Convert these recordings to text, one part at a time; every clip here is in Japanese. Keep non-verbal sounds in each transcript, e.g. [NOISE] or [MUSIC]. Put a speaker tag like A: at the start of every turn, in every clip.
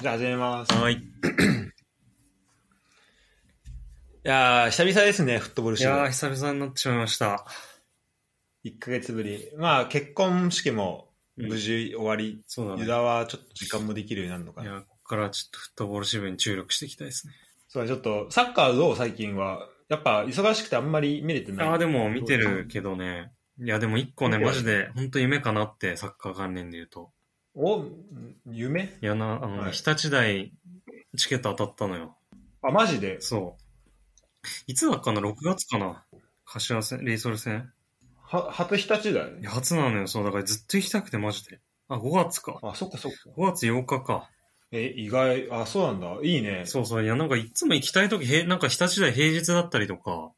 A: じゃあ始めます。
B: はい。い
A: やー、久々ですね、フットボールシ
B: やー、
A: ー
B: 久々になってしまいました。
A: 1ヶ月ぶり。まあ、結婚式も無事終わり、
B: そうだね。
A: ユダはちょっと時間もできるようになるのか
B: い
A: な。
B: や、ここからちょっとフットボール支部に注力していきたいですね。
A: そうだ、ちょっと、サッカーどう最近は。やっぱ、忙しくてあんまり見れてない。
B: ああ、でも見てるけどね。いや、でも一個ね、
A: 見てる
B: マジで、本当夢かなって、サッカー関連で言うと。
A: お、夢
B: いやな、あの、
A: はい
B: 日立大、チケット当たったのよ。
A: あ、マジで
B: そう。いつだっかな ?6 月かな柏戦、レイソル戦。
A: は、初日立だよ
B: い
A: ね
B: や。初なのよ、そう。だからずっと行きたくて、マジで。あ、5月か。
A: あ、そっかそっか。
B: 5月8日か。
A: え、意外、あ、そうなんだ。いいね。
B: そうそう。いや、なんかいつも行きたいとき、へなんか日立大平日だったりとか、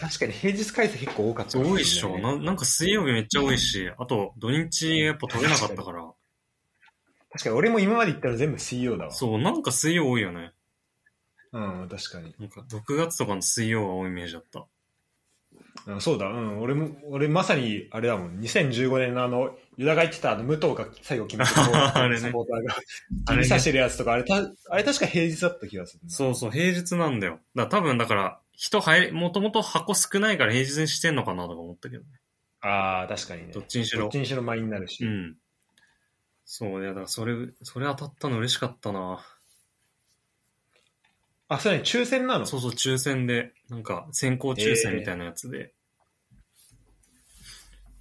A: 確かに平日開催結構多かったかも
B: 多いっ
A: し
B: し
A: れ
B: ょ。
A: ないね
B: ななんか水曜日めっちゃ多いし、あと土日やっぱ取れなかったから。
A: 確かに俺も今まで行ったら全部水曜だわ。
B: そう、なんか水曜多いよね。
A: うん、確かに。
B: なんか6月とかの水曜が多いイメージだった。
A: うんそうだ、うん、俺も、俺まさに、あれだもん、2015年のあの、ユダが言ってたあの、武藤が最後決めた
B: [LAUGHS] あれね
A: サポーターが、
B: あ
A: 指
B: れね
A: さしてるやつとか、あれた、あれ確か平日だった気がするな。
B: そうそう、平日なんだよ。だから多分だから、人入れ、もともと箱少ないから平日にしてんのかなとか思ったけどね。
A: ああ、確かにね。
B: どっちにし
A: ど
B: ろ
A: っ。ちにしろ前になるし。
B: うん。そう、いや、だからそれ、それ当たったの嬉しかったな。
A: あ、そうね、抽選なの
B: そうそう、抽選で、なんか先行抽選みたいなやつで。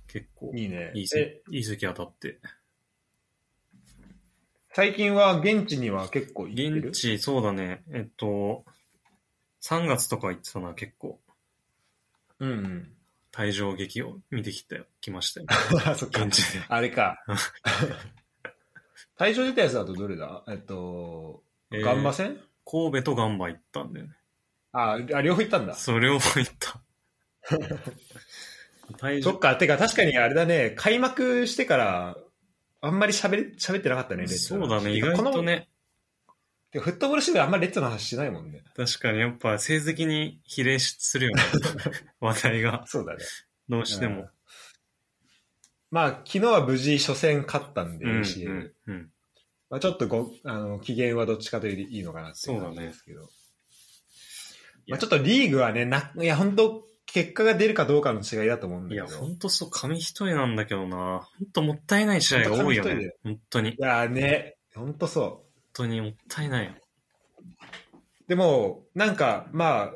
B: 結構、
A: いいね。
B: いい
A: え
B: 席、いい席当たって。
A: 最近は現地には結構行ってる
B: 現地、そうだね。えっと、3月とか行ってたな、結構。
A: うん、うん。 [LAUGHS]
B: 退場劇を見てきて、きましたよ。
A: あ、そっか
B: 現。地で。
A: あれ
B: [LAUGHS]
A: か。対象出たやつだとどれだえっと、
B: えー
A: ガンバ戦
B: 神戸とガンバ行ったんだよね。
A: ああ、両方行ったんだ。
B: それを
A: [LAUGHS]
B: 行った。退
A: そっ
B: 場。
A: か、てか確かにあれだね、開幕してから、あんまり喋れ喋ってなかったね、レッツ
B: そ
A: の
B: う
A: 話
B: だね、
A: て
B: 意
A: か
B: 外
A: この
B: とね。
A: てかフットボールシーであんまりレッツの話しないもんね。
B: 確かにやっぱ成績に比例す
A: [LAUGHS]
B: るよね。話題が。
A: そうだね。
B: どうして
A: うん
B: も。
A: まあ、昨日は無事初戦勝ったんで、
B: うん。う
A: UCL
B: ん。うん
A: まあ、ちょっとごあの機嫌はどっちかというといいのかなっていう
B: そう
A: 感
B: だ
A: じ
B: ね
A: ですけど。まあ、ちょっとリーグはね、な、いや、本当結果が出るかどうかの違いだと思うんだ
B: い
A: け
B: や、
A: ど。
B: ほんとそう、紙一重なんだけどな。ほんともったいない試合が多いよ
A: ほんと紙一重だ
B: ね
A: よ。
B: 本当に。
A: いやーね、本当そ
B: 本当にもったいないよ。
A: う。でも、なんか、まあ、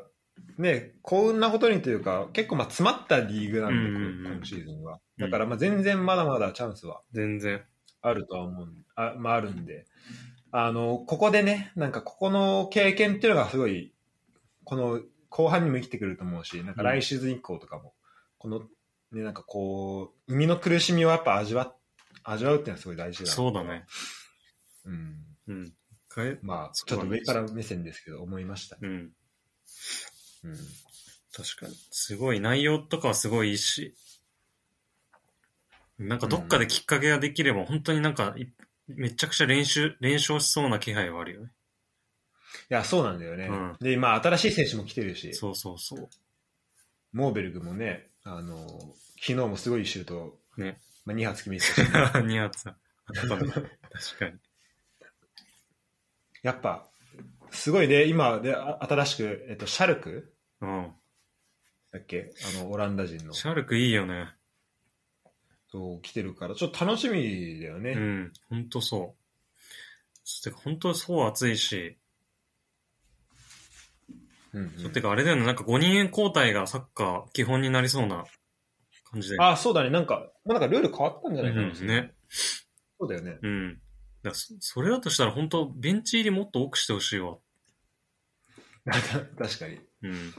A: ね、幸運なことにというか、結構まあ詰まったリーグなんで、
B: うんうんうん
A: こ今シーズンは。
B: うん
A: だからまあ全然まだまだチャンスは
B: 全然。
A: あるとは思うん、あまああるんで、あの、ここでね、なんかここの経験っていうのがすごい、この後半にも生きてくると思うし、なんか来シーズン以降とかも、この、ね、なんかこう、生みの苦しみをやっぱ味わっ、味わうっていうのはすごい大事だな
B: そうだね。。
A: うん。
B: うん。変え、
A: まあ、
B: そ
A: ちょっ
B: うだ
A: と
B: ね
A: 上から目線ですけど、思いましたね。
B: うん。
A: うん。
B: 確かに。すごい、内容とかはすごいいいし。なんかどっかできっかけができれば、本当になんかい、めちゃくちゃ練習、練習しそうな気配はあるよね。
A: いや、そうなんだよね。
B: うん
A: で、今、新しい選手も来てるし、
B: そうそうそう。
A: モーベルグもね、あの、昨日もすごいシュート、
B: ね。
A: まあ、2発決めてたし [LAUGHS]
B: [LAUGHS] ニヤつ。あったね確かに。
A: やっぱ、すごいね、今で、あ新しく、えっと、シャルク
B: う
A: だっけあの、オランダ人の
B: ん。。シャルクいいよね。
A: そう、来てるから、ちょっと楽しみだよね。
B: うん。ほんとそう。てか、本当そう暑いし。
A: うんうん
B: そうてか、あれだよね。なんか5人交代がサッカー基本になりそうな感じで。
A: あ、そうだね、なんか、もうなんかルール変わったんじゃないかな、
B: うんね。
A: そうだよね。
B: うん。だからそそれだとしたら本当ベンチ入りもっと多くしてほしいわ。
A: なんか確かに。
B: うん。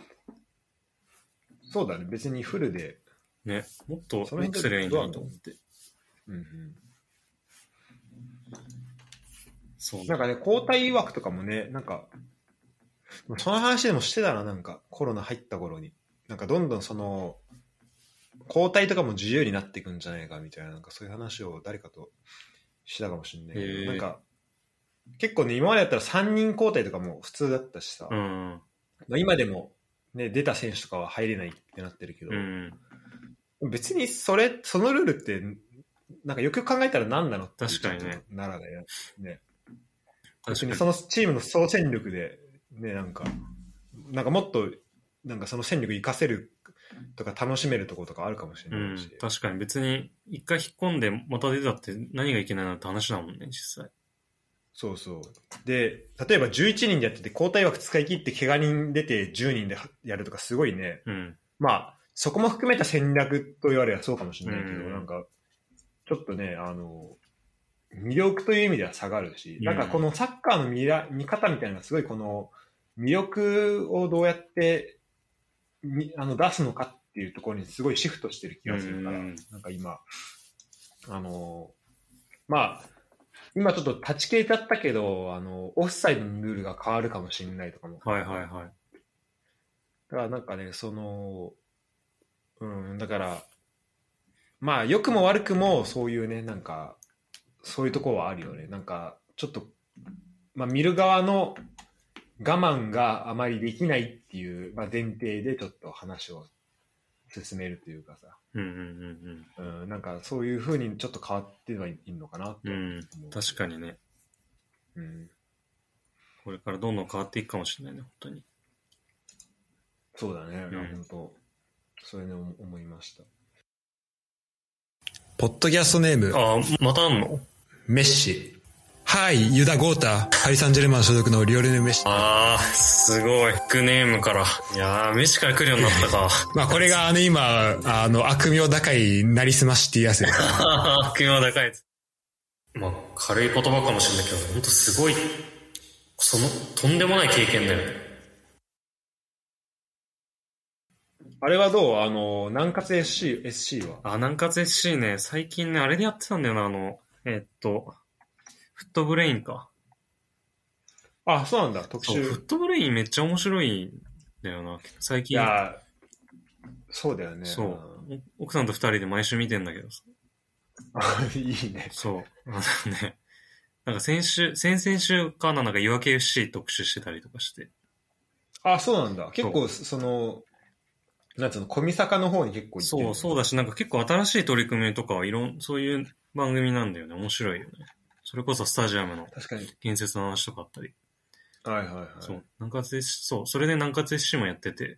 A: そうだね、別にフルで。
B: ね。もっと多
A: その辺
B: くすればいいのにと思って。
A: うんうん
B: そう
A: なん
B: ね。
A: かね、交代枠とかもね、なんか、その話でもしてたな、なんか、コロナ入った頃に。なんか、どんどんその、交代とかも自由になっていくんじゃないかみたいな、なんかそういう話を誰かとしてたかもしれないけ
B: へ
A: ど、
B: ー
A: なんか、結構ね、今までだったら3人交代とかも普通だったしさ、
B: うん。
A: まあ今でも、ね、出た選手とかは入れないってなってるけど、
B: うん。
A: 別にそれ、そのルールって、なんかよくよく考えたら何なのって
B: 確かにね。
A: ならだよ。
B: 確
A: 別
B: か
A: に
B: に。
A: そのチームの総戦力で、ね、なんか、なんかもっと、なんかその戦力活かせるとか楽しめるところとかあるかもしれ
B: う
A: ない
B: ん
A: し。、
B: 確かに別に、一回引っ込んでまた出たって何がいけないのって話だもんね、実際。
A: そうそう。で、例えば11人でやってて、交代枠使い切って怪我人出て10人でやるとかすごいね、
B: うん。
A: まあ、そこも含めた戦略と言われればそうかもしれないけど、
B: うん
A: なんか、ちょっとね、あの、魅力という意味では下がるし、
B: うん
A: なんかこのサッカーの見ら見方みたいなのがすごいこの魅力をどうやってみあの出すのかっていうところにすごいシフトしてる気がするから、
B: うん
A: なんか今、あの、まあ、今ちょっと断ち切れちゃったけど、あの、オフサイドのルールが変わるかもしれないとかも
B: はいはいはい。
A: だからなんかね、その、うん、だから、まあ、良くも悪くも、そういうね、なんか、そういうところはあるよね。なんか、ちょっと、まあ、見る側の我慢があまりできないっていう、まあ、前提でちょっと話を進めるというかさ、
B: うんうん
A: うん、なんかそういうふうにちょっと変わってはいいのかな
B: うんうん。うん。確かにね。
A: に。うん、
B: これからどんどん変わっていくかもしれないね、本当に。
A: そうだね、
B: うん
A: 本当そういうのを思いました。
C: ポッドキャストネーム、
B: ああ、またあんの
C: メッシ。はい、ユダ・ゴータ、パリ・サンジェルマン所属のリオレネル・メッシ。
B: ああ、すごい。ビッグネームから。いやー、飯から来るようになったか。
C: まあこれがあの今、あの悪名高いなりすましっていうやつです。
B: ああ、君は高いやつ。まあ、軽い言葉かもしれないけど、ほんとすごい、その、とんでもない経験だよね。
A: あれはどうあの、南葛 SC、SC は。
B: あ、南葛 SC ね、最近ね、あれでやってたんだよな、あの、えっと、フットブレインか。
A: あ、そうなんだ、特
B: そう、
A: 集
B: フ。ットブレインめっちゃ面白いんだよな、最
A: い
B: 近。
A: や、そうだよね。
B: そう。お奥さんと二人で毎週見てんだけどさ。
A: うん。 [LAUGHS] いいね。
B: そう。あのね、なんか先週、先々週かな、なんか夜明け FC 特集してたりとかして。
A: あ、そうなんだ。結構、その、なんつうの、小見坂の方に結構行って
B: そう、そう
A: だ。
B: だし、なんか結構新しい取り組みとかはいろん、そういう番組なんだよね。面白いよね。それこそスタジアムの
A: 確かに。
B: 建設の話とかあったり。
A: はいはいはい。
B: そう、南葛 SC、そう、それで南葛 SC もやってて、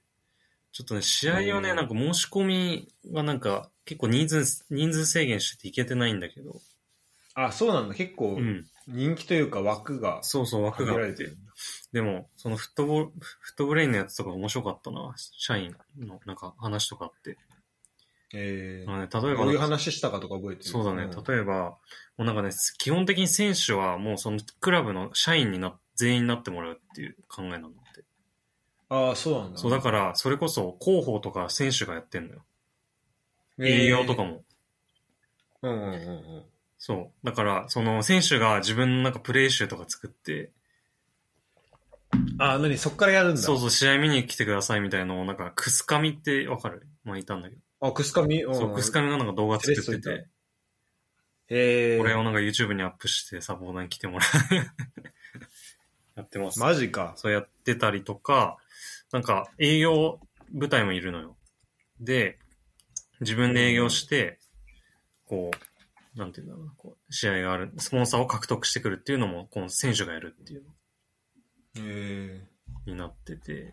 B: ちょっとね、試合をね、
A: うん
B: なんか申し込みがなんか、結構人数、人数制限してていけてないんだけど、
A: あ、そうなんだ。結構
B: う、ん、
A: 人気というか枠が
B: そうそう、枠
A: 限
B: が
A: ら
B: あ
A: れ
B: ってて
A: る。んだ。
B: でも、そのフットボール、フットブレインのやつとか面白かったな、社員のなんか話とかあって。
A: え
B: あ
A: ー
B: のね、例えば
A: どう
B: ないん
A: う
B: か、
A: 話したかとか覚えてる
B: そうだね
A: ん、
B: 例えば、もうなんかね、基本的に選手はもうそのクラブの社員にな、全員になってもらうっていう考えなんだって。
A: あそうなんだ。
B: そう、だから、それこそ広報とか選手がやってんのよ。
A: えー
B: 営業とか。も。
A: うんうんうんうん。
B: そう。だから、その選手が自分のなんかプレイ集とか作って、
A: あ、なに、そっからやるんだ。
B: そうそう、試合見に来てくださいみたいなのを、なんか、くすかみってわかる巻いたんだけど。
A: あ、くすかみ。
B: そう、くすかみがなんか動画作
A: テ
B: って
A: レストい
B: て、
A: み。え
B: これ
A: ー
B: をなんか YouTube にアップしてサポーターに来てもら [LAUGHS] う。やってます。
A: マジか。
B: そうやってたりとか、なんか営業部隊もいるのよ。で、自分で営業して、こう、なんていうんだろうな、こう、試合がある、スポンサーを獲得してくるっていうのも、この選手がやるっていうの
A: えー
B: になってて、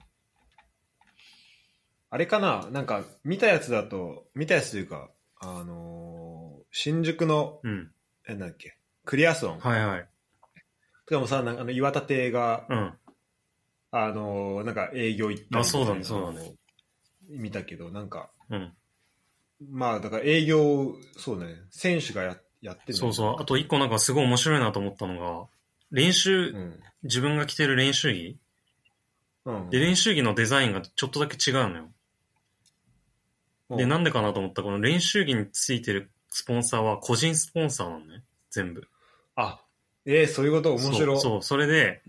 A: あれかななんか、見たやつだと、見たやつというか、あのー新宿の、
B: うん。
A: え、なんだっけ、クリアソン。
B: はいはい。
A: とかもさ、なんかあの岩田邸が、
B: うん。
A: あのーなんか営業行ったり
B: あそうだねそうだ
A: ね。見たけど、なんか、
B: うん。
A: まあ、だから営業、そうね、選手がややってる
B: そうそう。あと一個なんかすごい面白いなと思ったのが、練習、
A: うん。
B: 自分が着てる練習着
A: うん。
B: で、練習着のデザインがちょっとだけ違うのよ。
A: うん
B: で、なんでかなと思ったらこの練習着についてるスポンサーは個人スポンサーなのね。全部。
A: あ、えーそういうこと面白い。
B: そうそう、それで、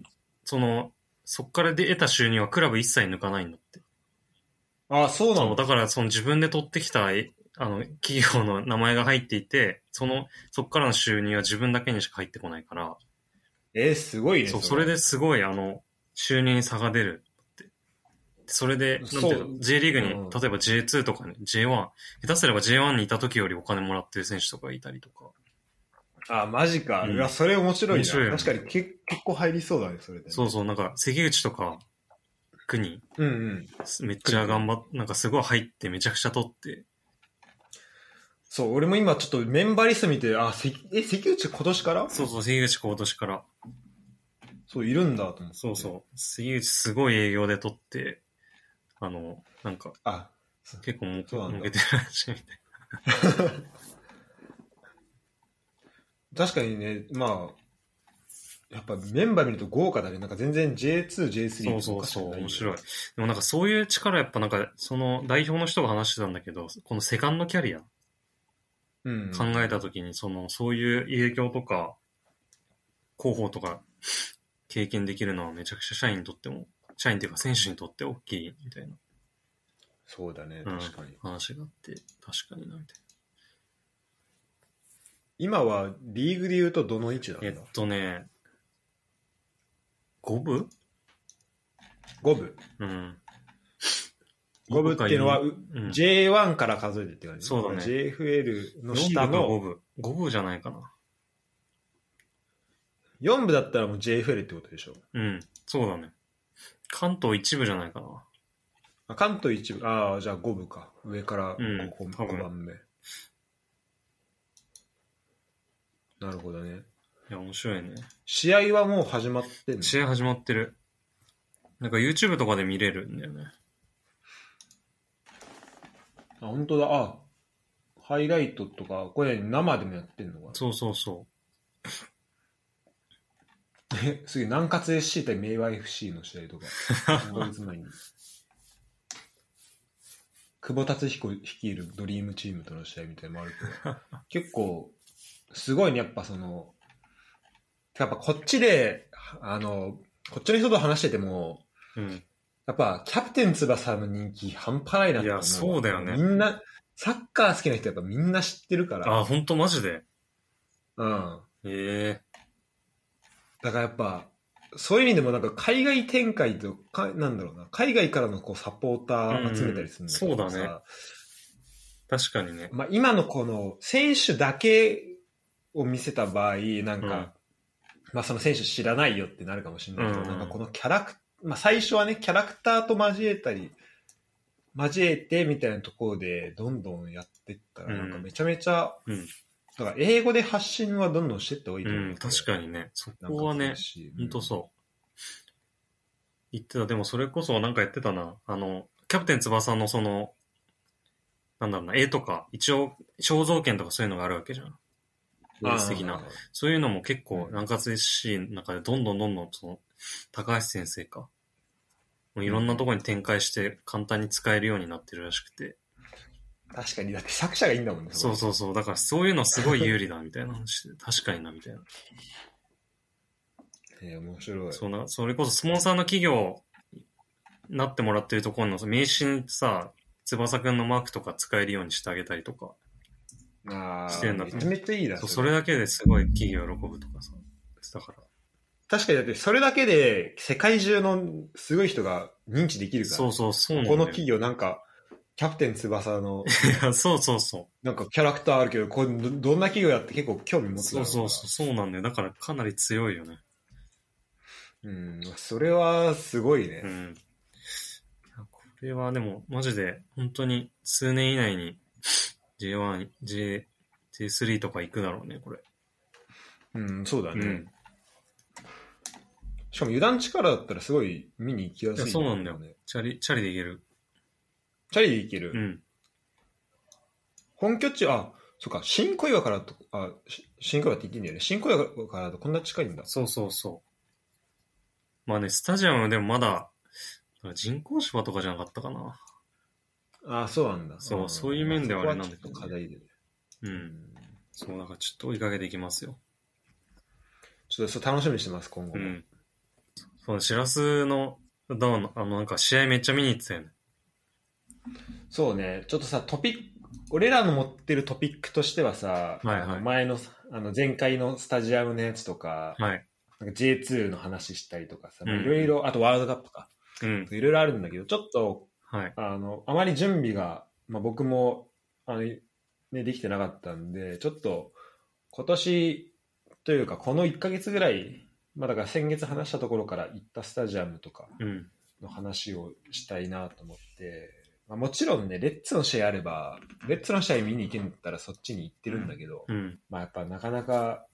B: その、そっからで得た収入はクラブ一切抜かないんだって。
A: あ、そうな
B: そ
A: の
B: う、だからその自分で取ってきた、えあの、企業の名前が入っていて、その、そっからの収入は自分だけにしか入ってこないから、
A: えーすごいね。
B: そう、それですごい、あの、収入に差が出るって。それで、なんていう
A: そ
B: の
A: う
B: J リーグに、
A: うん
B: 例えば J2 とかね、J1、下手すれば J1 にいた時よりお金もらってる選手とかいたりとか、
A: あ、マジか。
B: うん
A: いや、それ面白い
B: 面白い
A: な。
B: よ
A: 確かにけ結構入りそうだね、それで。
B: そうそう、なんか、関口とか、国、
A: うんうん。
B: めっちゃ頑張っなんかすごい入って、めちゃくちゃ取って、
A: そう、俺も今ちょっとメンバーリスト見て、あ、せえ、関口今年から
B: そうそう、関口今年から、
A: そう、いるんだと思って。
B: そうそう、関口すごい営業で取って、あの、なんか、
A: あ、
B: 結構も
A: そうなんだ
B: 儲けてるらしいみたい
A: 確かにね、まあ、やっぱメンバー見ると豪華だね。なんか全然 J2、J3
B: そうそうそう、面白い。。でもなんかそういう力、やっぱなんか、その代表の人が話してたんだけど、このセカンドキャリア
A: うん。
B: 考えたときに、その、そういう影響とか、広報とか、経験できるのはめちゃくちゃ社員にとっても、社員っていうか選手にとって大きいみたいな
A: そうだね、
B: うん
A: 確かに。
B: 話があって、確かにな、みたい
A: 今はリーグで言うとどの位置なんだ
B: な。えっとね、五部
A: 五分。
B: うん。
A: 五分っていうのは、
B: う、
A: うん J1 から数えてって感じ。
B: そうだね
A: JFL の
B: 四部
A: 下
B: か五
A: の、
B: 部。五部じゃないかな。
A: 4部だったらもう JFL ってことでしょ。
B: うん、そうだね。関東一部じゃないかな。
A: あ関東一部、ああ、じゃあ5部か。上から
B: うん
A: 5, こ
B: 多分
A: 5番目。なるほどね。
B: いや、面白いね。
A: 試合はもう始まってんの
B: 試合始まってる。なんか YouTube とかで見れるんだよね。
A: あ、本当だ。あ、ハイライトとか、これ生でもやってんのかな。
B: そうそうそ
A: え、すげえ、南葛 SC 対明和 FC の試合
B: [LAUGHS]
A: とか、5ヶ月前に。久保達彦率いるドリームチームとの試合みたいなのもあるけど、結構、すごいね、やっぱその、やっぱこっちで、あの、こっちの人と話してても、
B: う。うん。
A: やっぱキャプテン翼の人気半端ないなって思うわ
B: いやそうだよね
A: みんな、サッカー好きな人やっぱみんな知ってるから、
B: あ、ほんとマジで。
A: うん。
B: ええ
A: だからやっぱ、そういう意味でもなんか海外展開とか、なんだろうな、海外からのこうサポーター集めたりするんだけど、
B: うんうんそうだね。確かにね。
A: まあ今のこの選手だけを見せた場合、なんか、
B: うん
A: まあその選手知らないよってなるかもしれないけど、
B: うんうん
A: なんかこのキャラク、まあ最初はね、キャラクターと交えたり、交えてみたいなところでどんどんやっていったら、なんかめちゃめちゃ、
B: うん。
A: だから英語で発信はどんどんしていった方がいいうと思う。
B: ん、確かにね。そこはね、ほんとそう。言ってた。でもそれこそなんかやってたな。あの、キャプテン翼のその、なんだろうな、絵とか、一応、肖像権とかそういうのがあるわけじゃん。
A: あー
B: 素敵な。そういうのも結構
A: う、ん
B: 南葛 SC の中でどんどんどんどん、その、高橋先生か。もういろんなところに展開して簡単に使えるようになってるらしくて。
A: 確かに、だって作者がいいんだもんね。
B: そうそうそう。だからそういうのすごい有利だみたいな話で。確かにな、みたいな。
A: えー面白い。
B: そうな、それこそスポンサーの企業になってもらってるところのその名刺にさ、翼くんのマークとか使えるようにしてあげたりとか。
A: あー
B: してんだ
A: めちゃめちゃいいな。
B: そう
A: そ
B: そ
A: れ
B: れだけですごい企業喜ぶとかさ。だから。
A: 確かにだって、それだけで世界中のすごい人が認知できるから、
B: そうそう、そうなんだ
A: こ
B: よ
A: の企業なんか、キャプテン翼の
B: [LAUGHS] いやそうそうそう。
A: なんかキャラクターあるけど、これどどんな企業やって結構興味持つ
B: そ
A: だろ
B: う
A: な
B: そうそう、そうなんだよ。だからかなり強いよね。
A: うん、それはすごいね。
B: うん。いやこれはでも、マジで、本当に数年以内に J1、J、J3 とか行くだろうね、これ。
A: うん、そうだ
B: う
A: ね。
B: ん。
A: しかも油断力だったらすごい見に行きやすい、
B: いやそうなんだよ。チャリ、チャリで行ける。
A: チャリで行ける。
B: うん。
A: 本拠地、あ、そっか、新小岩からと、あ、し新小岩って言っていいんだよね。新小岩からとこんな近いんだ。
B: そうそうそう。まあね、スタジアムでもまだ、人工芝とかじゃなかったかな。
A: ああ、そうなんだ。
B: そうんそういう面ではあれなんだけど
A: そこはちょっと課題で。
B: う。
A: うんん
B: そう、だからちょっと追いかけていきますよ。
A: ちょっとそう楽しみにしてます、今後
B: う
A: も。
B: ん。そう、シラスの、ダウンの、あの、なんか試合めっちゃ見に行ってたよね。
A: そうね、ちょっとさ、トピック、俺らの持ってるトピックとしてはさ、
B: はいはい
A: あの前の、あの前回のスタジアムのやつとか、
B: はい。
A: なんか J2 の話したりとかさ、
B: うん
A: いろいろ、あとワールドカップか、
B: うん。
A: いろいろあるんだけど、ちょっと、
B: はい。
A: あの、あまり準備が、まあ、僕も、あの、ね、できてなかったんで、ちょっと、今年、というか、この1ヶ月ぐらい、まあだから先月話したところから行ったスタジアムとか
B: うん。
A: の話をしたいなと思って、まあ、もちろんね、レッツの試合あれば、レッツの試合見に行けんだったらそっちに行ってるんだけど、
B: うん。
A: まあやっぱなかなか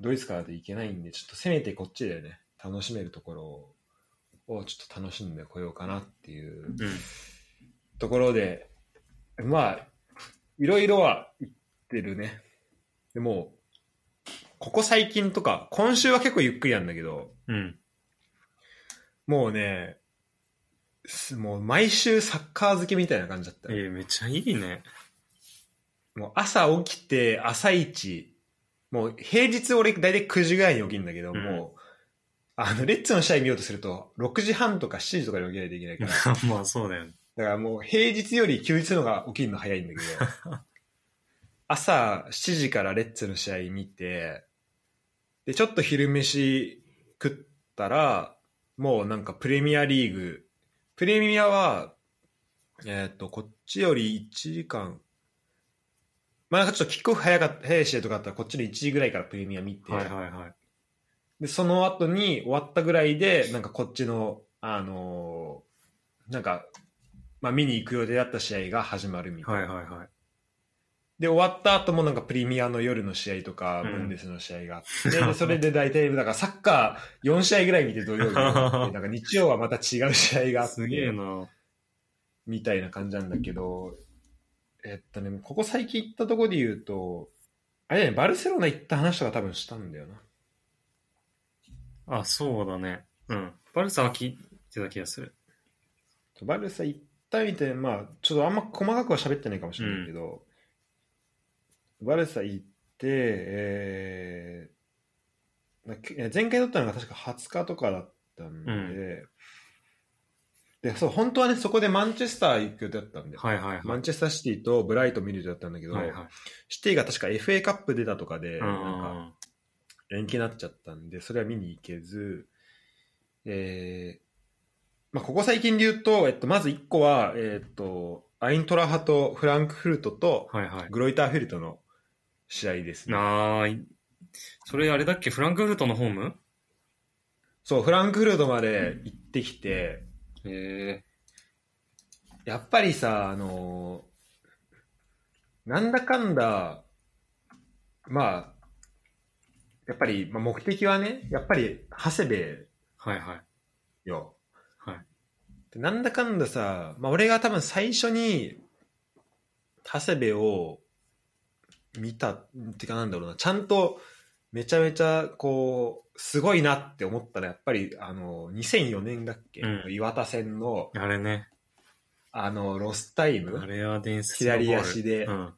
A: ドイツからだといけないんで、ちょっとせめてこっちでね、楽しめるところををちょっと楽しんでこようかなっていう
B: うん。
A: ところで、まあ、いろいろは言ってるね。でも、ここ最近とか、今週は結構ゆっくりなんだけど、
B: うん。
A: もうね、すもう毎週サッカー漬けみたいな感じだった
B: え。ー、めっちゃいいね。 [LAUGHS]
A: もう朝起きて朝一、もう平日俺大体9時ぐらいに起きるんだけど、
B: うん
A: もう、あの、レッツの試合見ようとすると、6時半とか7時とかに起きないといけないから、だ
B: まあそうだよね。
A: からもう平日より休日の方が起きるの早いんだけど、
B: [LAUGHS]
A: 朝7時からレッツの試合見て、で、ちょっと昼飯食ったら、もうなんかプレミアリーグ、プレミアは、えっ、と、こっちより1時間、まあなんかちょっとキックオフ早かった、早い試合とかあったらこっちの1時ぐらいからプレミア見て、
B: はいはいはい。
A: で、その後に終わったぐらいで、なんかこっちの、あのーなんか、まあ見に行く予定だった試合が始まるみたいな。
B: はいはいはい。
A: で、終わった後もなんかプレミアの夜の試合とか、
B: うん
A: ブンデスの試合があって、でそれで大体、だからサッカー4試合ぐらい見て土曜日に
B: [LAUGHS]
A: なって、なんか日曜はまた違う試合があって、
B: すげえな。
A: みたいな感じなんだけど、えっとね、ここ最近行ったとこで言うと、あれだね、バルセロナ行った話とか多分したんだよな。
B: あ、そうだね。うん。バルサは聞いてた気がする。
A: バルサ行ったみたいな、まあ、ちょっとあんま細かくは喋ってないかもしれないけど、バルサ行って、えーなけ前回だったのが確か20日とかだったんで、
B: うん
A: で、そう、本当はね、そこでマンチェスター行く予定だったんで、
B: はいはいは
A: マ
B: い
A: ン。チェスターシティとブライトン見る予定だったんだけど、
B: はいはい。
A: シティが確か FA カップ出たとかで、
B: う
A: なんか
B: ん。
A: 延期になっちゃったんで、それは見に行けず、えーまあ、ここ最近で言うと、えっと、まず1個は、えーっと、アイントラ派とフランクフルトと
B: はいはい。
A: グロイターフェルトの試合ですね。
B: なーい。それあれだっけフランクフルトのホーム
A: そう、フランクフルトまで行ってきて、
B: え
A: やっぱりさ、あのーなんだかんだ、まあ、やっぱり、まあ、目的はね、やっぱり、長谷部
B: ー。はいはい。
A: よ。
B: はい
A: でなんだかんださ、まあ、俺が多分最初に、長谷部を見た、ってかなんだろうな、ちゃんとめちゃめちゃ、こう、すごいなって思ったら、やっぱり、あの、2004年だっけ、
B: うん
A: 岩田戦の、
B: あれね。
A: あの、ロスタイ
B: あ
A: ム、
B: れは伝説のゴール
A: 左足で、
B: うん。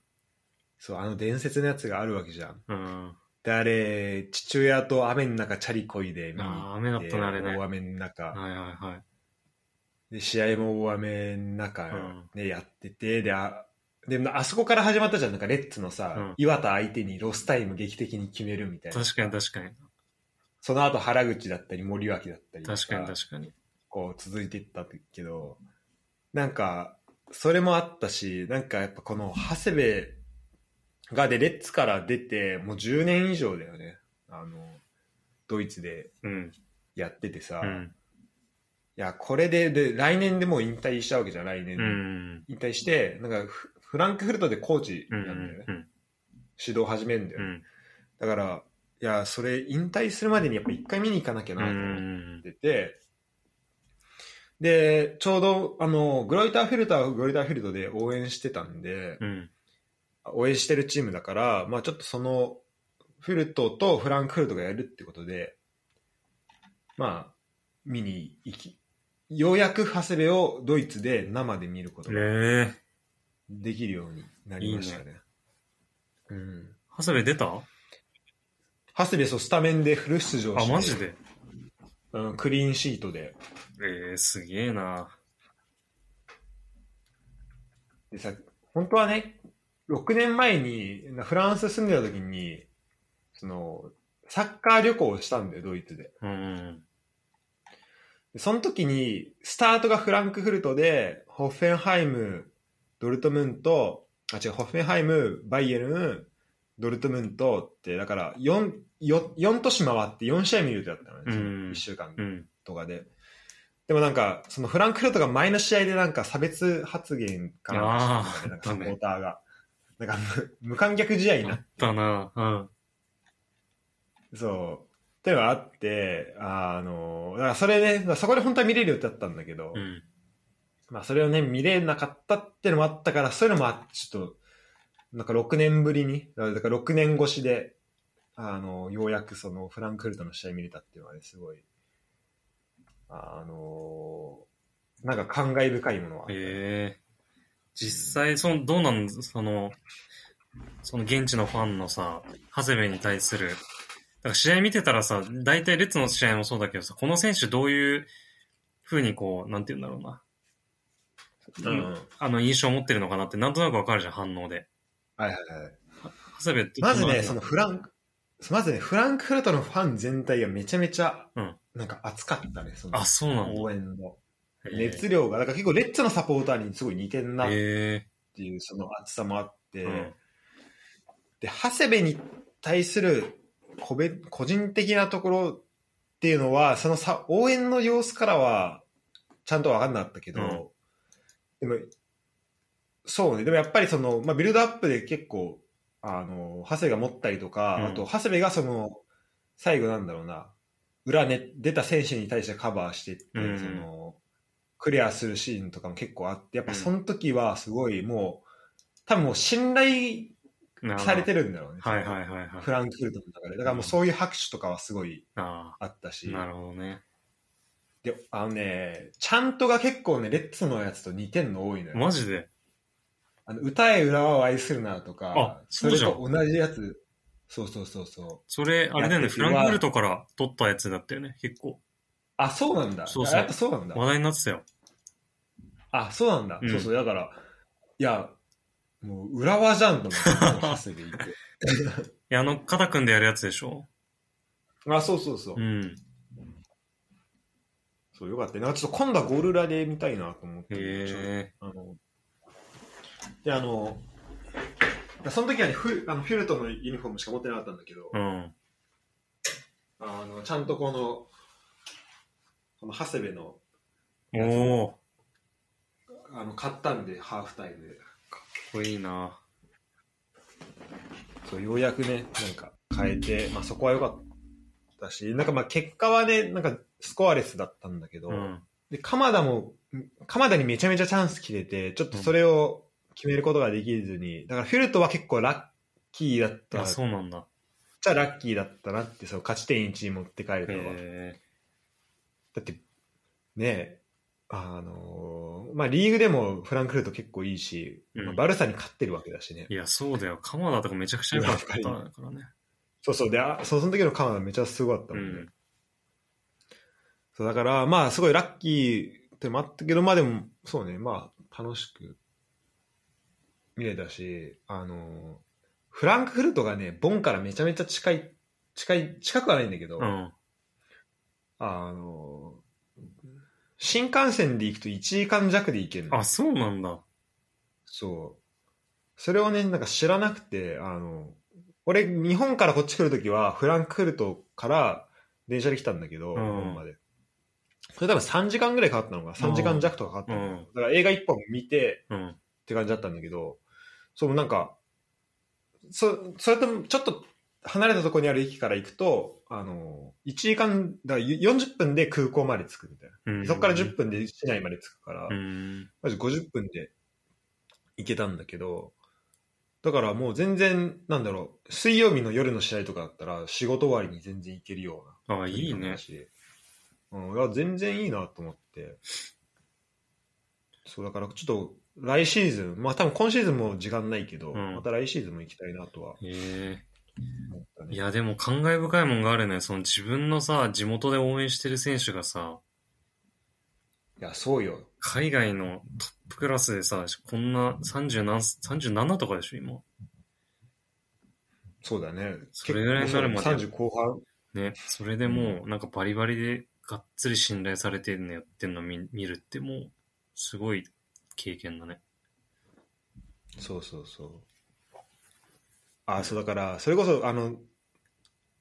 A: そう、あの伝説のやつがあるわけじゃん。
B: うん。
A: で、あれ、父親と雨の中チャリこいで見に
B: あ
A: 行
B: ー雨だ
A: っ、
B: ってたねあれね
A: 大雨の中、
B: はいはいはい。
A: で試合も大雨の中、
B: うん
A: ねやっててであであそこから始まったじゃんなんかレッツのさ、
B: うん
A: 岩田相手にロスタイム劇的に決めるみたいな
B: 確かに確かに。
A: その後原口だったり森脇だったりと
B: 確かに確かに。
A: こう続いていったけどなんかそれもあったしなんかやっぱこの長谷部がでレッツから出てもう10年以上だよねあのドイツで
B: うん。
A: やっててさ、
B: う
A: い
B: ん。
A: やこれでで来年でもう引退しちゃうわけじゃん来年
B: う
A: で。
B: ん。
A: 引退して、なんかフフランクフルトでコーチ
B: う
A: なんんだよね。
B: うん。
A: 指導始めるんだよ、
B: うん。
A: だから、いや、それ引退するまでにやっぱ一回見に行かなきゃ
B: う
A: なと思っ
B: ん。
A: てて、で、ちょうど、あの、グロイターフェルターはグロイターフェルトで応援してたんで、
B: うん。
A: 応援してるチームだから、まあちょっとその、フルトとフランクフルトがやるってことで、まあ、見に行き、ようやく長谷部をドイツで生で見ること
B: ええ
A: が
B: ー。
A: できるようになりましたね。うん。
B: 長谷部出たあ、
A: 長谷部、そう、スタメンでフル出場して、
B: マジで
A: うん、クリーンシートで。
B: ええー、すげえな。
A: でさ、本当はね、6年前になフランス住んでた時に、その、サッカー旅行をしたんだよ、ドイツで。
B: うん。
A: でその時に、スタートがフランクフルトで、ホッフェンハイム、ドルトムント、あ、違う、ホッフェンハイム、バイエルン、ドルトムントって、だから4、4、4都市回って4試合見る予定だったのね、
B: うん
A: 1週間
B: うん。
A: とかで。でもなんか、そのフランクフルトが前の試合でなんか差別発言かな
B: あ
A: んかして
B: ー
A: たんだよね、なんかサポーター
B: [LAUGHS]
A: が。なんか無無観客試合に
B: あ
A: なっ
B: ったな。うん。
A: そう。っていうのがあって、あの、だからそれね、そこで本当は見れる予定だったんだけど、
B: うん。
A: まあそれをね、見れなかったってのもあったから、そういうのもあちょっと、なんか6年ぶりに、だから6年越しで、あの、ようやくそのフランクフルトの試合見れたっていうのはね、すごい、あの、なんか感慨深いものはあったね、
B: ええ実際、その、どうなんその、その現地のファンのさ、長谷部に対する、なんか試合見てたらさ、大体レッツの試合もそうだけどさ、この選手どういう風にこう、なんて言うんだろう
A: う
B: な。
A: ん。
B: あの、印象を持ってるのかなって、なんとなくわかるじゃん、反応で。
A: はいはいはい。
B: 長谷部って。
A: まずね、
B: そ
A: そ
B: の
A: のフランク、まずね、フランクフルトのファン全体がめちゃめちゃ
B: うん、
A: なんか熱かったね、その
B: あ、そうなんだ。
A: 応援の。
B: えー
A: 熱量が、だから結構レッツのサポーターにすごい似てんなっ
B: え
A: ていうその熱さもあって、
B: えうん
A: で、長谷部に対する個別個人的なところっていうのは、そのさ応援の様子からはちゃんと分かんなかったけど、でも、そうね、でもやっぱりその、まあ、ビルドアップで結構、あの、長谷が持ったりとか、
B: うん
A: あと、長谷部がその、最後なんだろうな、裏ね、出た選手に対してカバーしてって、
B: うん
A: その、クリアするシーンとかも結構あって、やっぱその時はすごいもう、多分もう信頼
B: なるほど
A: されてるんだろうね。
B: はいは
A: [LAUGHS]
B: いはいはい。
A: フランクフルトの中で。だからもうそういう拍手とかはすごい
B: あ
A: あったし
B: あ、。なるほどね。
A: で、あのね、ちゃんとが結構ね、レッツのやつと似てんの多いのよ。
B: マジで
A: あの歌え裏は愛するなとか
B: あ、
A: そ
B: そう
A: れ
B: じゃん
A: と同じやつ。そうそうそうそう。
B: それ、あれだよ
A: い
B: ね、
A: や
B: フランクフルトから撮ったやつだったよね、結構。
A: あ、そうなんだ。
B: そうそう
A: あやっぱそうなんだ。
B: 話題になってたよ。
A: あ、そうなんだ。
B: うん
A: そうそう。だから、いや、もう浦和じゃんと思って、長谷部い
B: [LAUGHS]
A: て。
B: いや、あの、肩組んでやるやつでしょ
A: あ、そうそうそう。
B: うん。
A: そう、よかった。なんかちょっと今度はゴール裏で見たいなと思って。
B: へえ。
A: あの、で、あの、その時はね、フあのフィルトのユニフォームしか持ってなかったんだけど、
B: うん。
A: あのちゃんとこの、この長谷部の、
B: おおーか
A: あの、買ったんで、ハーフタイムで。
B: っこいいな。
A: そう、ようやくね、なんか変えて、まあそこは良かったし、なんかまあ結果はね、なんかスコアレスだったんだけど、
B: うん。
A: で、鎌田も、鎌田にめちゃめちゃチャンス切れて、ちょっとそれを決めることができずに、だからフィルトは結構ラッキーだった
B: あ、そうなんだ。
A: じゃラッキーだったなって、その勝ち点1に持って帰るのは。
B: へ
A: だって、ねあのーまあ、リーグでもフランクフルト結構いいし、
B: うん
A: まあ、バルサに勝ってるわけだしね。
B: え。いや、そうだよ。鎌田とかめちゃくちゃ良かったからね。
A: そうそう、で、あそうその時のカナダめちゃすごかった
B: う
A: もんね。
B: ん。
A: そうだから、まあ、すごいラッキーってのもあったけど、まあでも、そうね、まあ、楽しく見れたし、あのーフランクフルトがね、ボンからめちゃめちゃ近い、近い、近くはないんだけど、
B: うん。
A: あの、新幹線で行くと1時間弱で行けるの
B: あ、。そうなんだ。
A: そう。それをね、なんか知らなくて、あの、俺、日本からこっち来るときは、フランクフルトから電車で来たんだけど、
B: う
A: 日
B: ん
A: 本まで。それ多分3時間ぐらいかかったのか、3時間弱とかかかったのかな、
B: うん
A: だから映画1本見て
B: うん。
A: って感じだったんだけど、そう、なんか、そそれともちょっと離れたところにある駅から行くと、あの、1時間、だから40分で空港まで着くみたいな。
B: うん。
A: そこから10分で市内まで着くから、
B: うん。
A: まじ50分で行けたんだけど、だからもう全然、なんだろう、水曜日の夜の試合とかだったら仕事終わりに全然行けるよう
B: あ、
A: な。
B: いいね
A: だ。し。うん、いや全然いいなと思って。そう、だからちょっと来シーズン、まあ多分今シーズンも時間ないけど、
B: うん
A: また来シーズンも行きたいなとは
B: へえ。
A: 思ったね。
B: いや、でも感慨深いもんがあるね。その自分のさ、地元で応援してる選手がさ、
A: いや、そうよ。
B: 海外のトップクラスでさ、こんな30何、37とかでしょ、今。
A: そうだね。
B: それぐらいになるまで
A: 結構30後半。
B: ね。それでもう、なんかバリバリで、がっつり信頼されてるのやってんの見見るって、もう、すごい経験だね。
A: そうそうそう。あ、そうだから、それこそ、あの、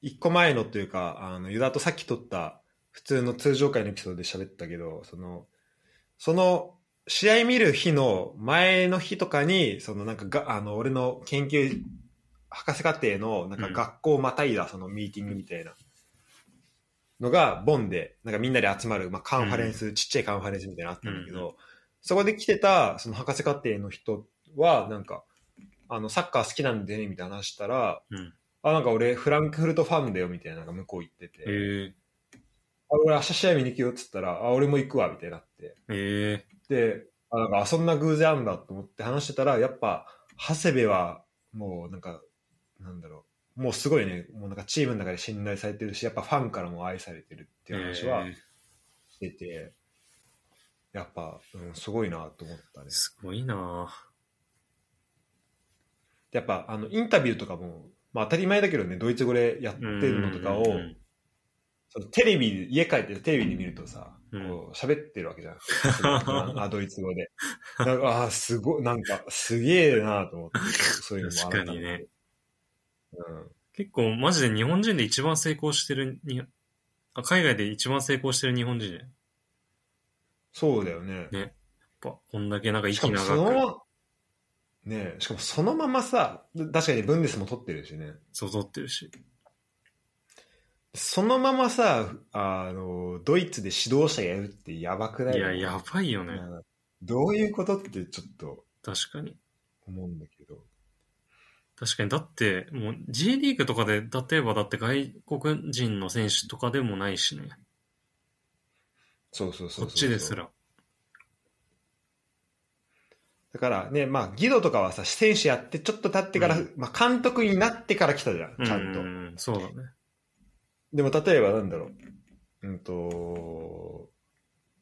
A: 一個前のというか、あの、ユダとさっき撮った、普通の通常回のエピソードで喋ったけど、その、その、試合見る日の前の日とかに、そのなんかが、あの、俺の研究、博士課程の、なんか
B: うん
A: 学校をまたいだ、そのミーティングみたいなのが、ボンで、なんかみんなで集まる、まあ、カンファレンス、ちっちゃいカンファレンスみたいなのあったんだけど、そこで来てた、その博士課程の人は、なんか、あの、サッカー好きなんでね、みたいな話したら、
B: うん
A: あ、なんか俺、フランクフルトファンだよ、みたいな、なんか向こう行ってて、
B: え
A: あ俺、明日試合見に行くよ、っつったら、あ、俺も行くわ、みたいになって。
B: ええ
A: で、あ、なんか、あそんな偶然あるんだと思って話してたら、やっぱ、長谷部は、もう、なんか、なんだろう、もうすごいね、もうなんかチームの中で信頼されてるし、やっぱファンからも愛されてるっていう話は
B: ええ
A: してて、やっぱ、うん、すごいなと思ったね。
B: すごいな
A: やっぱあのインタビューとかも、まあ、当たり前だけどねドイツ語でやって
B: ぁ
A: るのとかを
B: うんうん
A: そのテレビ家帰ってテレビで見るとさ、
B: うん
A: こう喋ってるわけじゃんあドイツ語でなんかあーすごいなんかすげえなと思ってそういうのもあ
B: 確かにね
A: うん、
B: 結構マジで日本人で一番成功してるにあ海外で一番成功してる日本人じゃんやっ
A: そうだよね
B: ねぱこんだけなんか
A: しか
B: 息
A: も
B: 長
A: そのま
B: く
A: まねえしかもそのままさ確かにブンデスも取ってるしね
B: そう取ってるし
A: そのままさあのドイツで指導者やるってやばくない
B: いややばいよね
A: うんどういうことってちょっと
B: 確かに
A: 思うんだけど。
B: 確かにだってもう J リーグとかで例えばだって外国人の選手とかでもないしね
A: そうそうそうそうそう
B: こっちですら
A: だからね、まあ、ギドとかはさ、選手やってちょっと経ってから、
B: うん
A: まあ、監督になってから来たじゃん、ちゃんと。
B: ううそうだね
A: でも、例えばなんだろう。うんと、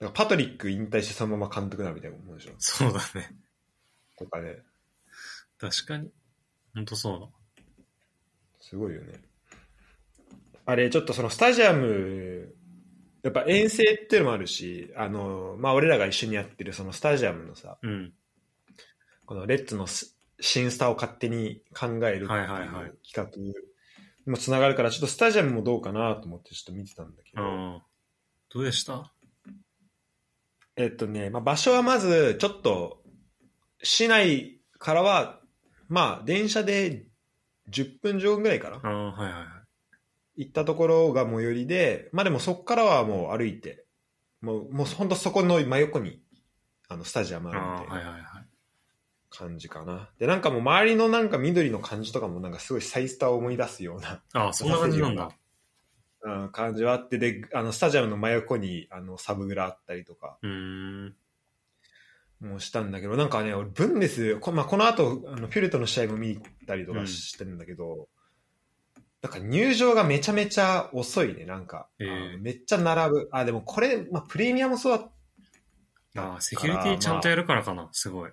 A: だからパトリック引退してそのまま監督だみたいなもんでしょ。
B: そうだね
A: とかね、
B: 確かにほんとそうだ
A: すごいよね。あれ、ちょっとそのスタジアム、やっぱ遠征っていうのもあるし、あの、まあ、俺らが一緒にやってるそのスタジアムのさ、
B: うん
A: このレッツのス新スターを勝手に考えるっていう
B: はいはい
A: 企
B: はい
A: 画にもつながるから、ちょっとスタジアムもどうかなと思ってちょっと見てたんだけ
B: う
A: ど、
B: んどうでした
A: えっとね、まあ、場所はまず、ちょっと、市内からは、まあ、電車で10分上ぐらいかな
B: あ、あはいはいはい
A: 行ったところが最寄りで、まあでもそこからはもう歩いて、もう、もう本当そこの真横に、あの、スタジアムあ
B: あ
A: るん
B: あ
A: で。
B: はいはいはい
A: 感じかな。で、なんかもう周りのなんか緑の感じとかもなんかすごいサイスターを思い出すような、
B: ああそんな感じなんだ
A: うん、感じはあって、で、あの、スタジアムの真横に、あの、サブグラあったりとか
B: うーん
A: もしたんだけど、なんかね、俺、ブンデス、こ,、まあ、この後、あのフィルトの試合も見に行ったりとかしてるんだけど、なんか入場がめちゃめちゃ遅いね、なんか。
B: ええ
A: あのめっちゃ並ぶ。あ、でもこれ、まあ、プレミアもそうだ
B: ああセキュリティちゃんとやるからかなすごい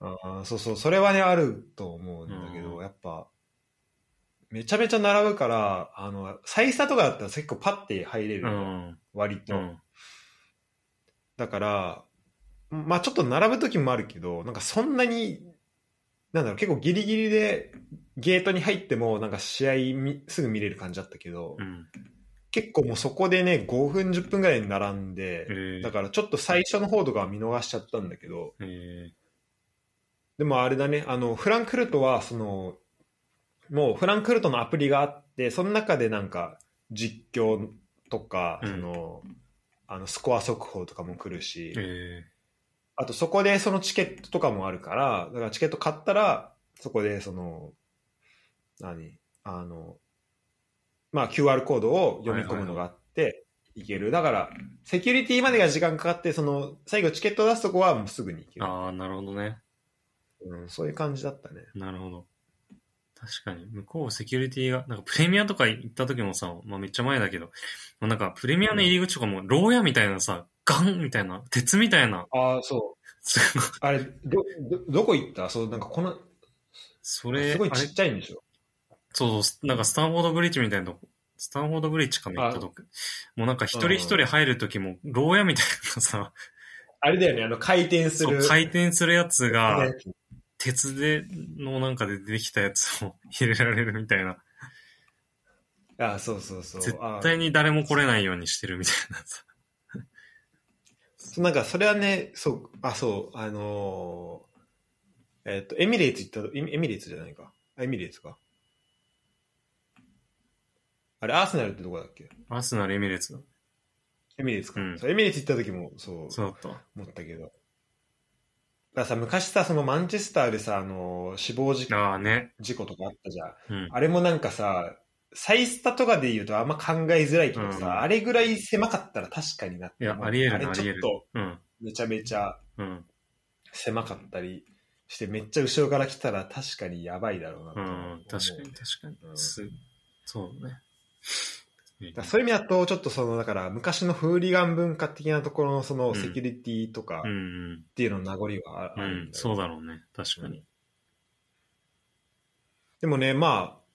A: あーそうそう、それはね、あると思うんだけど、
B: うん
A: やっぱ、めちゃめちゃ並ぶから、あの、再スタとかだったら結構パッて入れる
B: う
A: の、
B: ん
A: 割
B: う
A: と。
B: ん
A: だから、まあちょっと並ぶ時もあるけど、なんかそんなに、なんだろう、結構ギリギリでゲートに入っても、なんか試合みすぐ見れる感じだったけど、
B: うん
A: 結構もうそこでね、5分、10分ぐらいに並んで、
B: ええ
A: だからちょっと最初の方とかは見逃しちゃったんだけど、
B: え
A: でもあれだね、あの、フランクフルトは、その、もうフランクフルトのアプリがあって、その中でなんか、実況とか、
B: うん
A: その、あの、スコア速報とかも来るし、
B: ええ
A: あとそこでそのチケットとかもあるから、だからチケット買ったら、そこでその、何あの、まあ QR コードを読み込むのがあって、いける。だから、セキュリティまでが時間かかって、その、最後チケット出すとこはもうすぐに行ける。
B: ああなるほどね
A: うん、そういう感じだったね。
B: なるほど。確かに。向こうセキュリティが、なんかプレミアとか行った時もさ、まあめっちゃ前だけど、もうなんかプレミアの入り口とかも、牢屋みたいなさ、ガンみたいな、鉄みたいな、
A: ああ、そう。
B: すごい
A: あれ、ど、ど、どこ行ったそう、なんかこの、
B: それ、
A: すごい
B: あ
A: ち
B: れ
A: っちゃいんでしょ
B: そうそう、なんかスタンフォードブリッジみたいなとこ、スタンフォードブリッジかな行ったとこ、もうなんか一人一人入る時も、牢屋みたいなさ、
A: あれだよね、あの、回転す
B: そう
A: る。
B: 回転するやつが、
A: ね
B: 鉄で、のなんかでできたやつを [LAUGHS] 入れられるみたいな。
A: あ、そうそうそう。
B: 絶
A: あ
B: 対に誰も来れないようにしてるみたいなさ。
A: そうなんかそれはね、そう、あ、そう、あのーえっ、と、エミレーツ行った、エミエミレーツじゃないか。あエミレーツか。あれ、アーセナルってどこだっけ
B: アスナルエミレーツだ。
A: エミレーツか。
B: うん
A: そうエミレーツ行った時もそう、
B: そうだった。
A: 思ったけど。だからさ、昔さ、そのマンチェスターでさ、あのー死亡事
B: ああね。
A: 事故とかあったじゃん。
B: うん。
A: あれもなんかさ、サイスタとかで言うとあんま考えづらいけどさ、
B: うん
A: あれぐらい狭かったら確かになって。
B: いや、ありえるな、あ
A: れ
B: り
A: ち
B: え
A: ょっ
B: る
A: と。
B: うん。
A: めちゃめちゃ
B: うん。
A: 狭かったりして、めっちゃ後ろから来たら確かにやばいだろうなと
B: う
A: 思う。
B: ん。確かに、確かに
A: う。ん
B: すそうだね。
A: だからそういう意味だと、ちょっとその、だから昔のフーリガン文化的なところのそのセキュリティとか
B: うん
A: っ
B: うん。
A: ていうのの名残はあ
B: う
A: ある
B: ん
A: ん、だよ
B: そうだろうね。確かに。
A: でもね、まあ、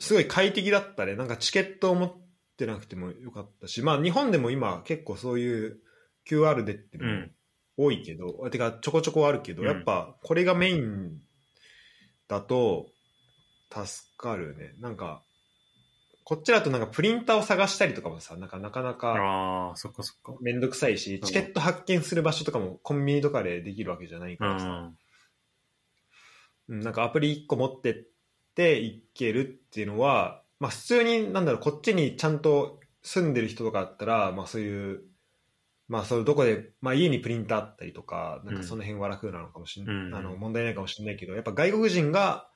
A: すごい快適だったね。なんかチケットを持ってなくてもよかったし、まあ日本でも今結構そういう QR でっていう
B: う
A: のも
B: ん。
A: 多いけど、てかちょこちょこあるけど、
B: うん
A: やっぱこれがメインだと助かるねなんかこっちだとなんかプリンターを探したりとかもさなんかなかなか
B: ああ、そっかそっ
A: めんどくさいし
B: うん
A: チケット発見する場所とかもコンビニとかでできるわけじゃないか
B: か。
A: ら
B: う
A: さ、
B: ん。
A: うん、なんかアプリ1個持ってっていけるっていうのはまあ普通になんだろうこっちにちゃんと住んでる人とかだったらまあそういうまあそれどこで、まあ、家にプリンターあったりとかなんかその辺は楽なのかもしれない、
B: うん
A: あの問題ないかもしれないけどやっぱ外国人が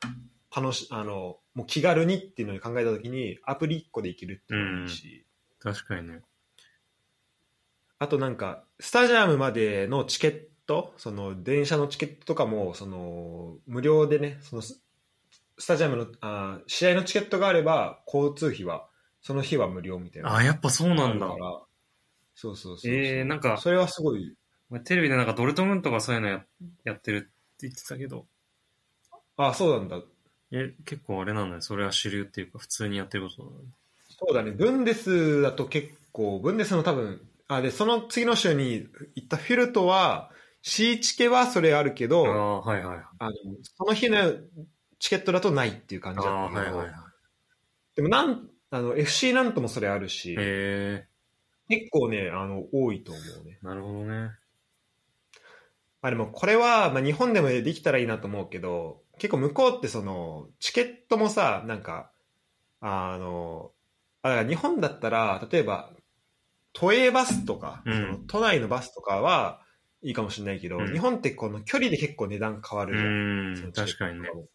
A: 楽しあのもう気軽にっていうのに考えた時にアプリ1個でいけるっていうのもいいし、
B: 確かにね。
A: あとなんかスタジアムまでのチケットその電車のチケットとかもその無料でねそのススタジアムのあー試合のチケットがあれば交通費はその日は無料みたいな
B: ああ、やっぱそうなんだ
A: ある。からそうそうそうそう
B: えーなんか
A: それはすごい
B: まあテレビでなんかドルトムントがそういうのややってるって言ってたけど、
A: あそうなんだ
B: え、結構あれなんだね。それは主流っていうか、普通にやってることなんだね。
A: そうだね、ブンデスだと結構、ブンデスの多分、あ、で、その次の週に行ったフィルトは、シーチケはそれあるけ
B: あ
A: ど、
B: あ、はいはいはい。
A: あのその日のチケットだとないっていう感
B: あ
A: じだ
B: あ、
A: った
B: は
A: け
B: い
A: ど、
B: はいはい。
A: でもなん、あの、FC なんともそれあるし、
B: え
A: 結構ね、あの、多いと思うね。
B: ー、なるほどね。
A: まあでもこれは、まあ日本でもできたらいいなと思うけど、結構向こうってその、チケットもさ、なんか、あの、あだから日本だったら、例えば、都営バスとか、
B: うん
A: その都内のバスとかはいいかもしれないけど、
B: うん
A: 日本ってこの距離で結構値段変わ
B: う
A: るじゃん。そ
B: ー
A: の
B: ん、
A: チケット
B: 確かにね
A: と。も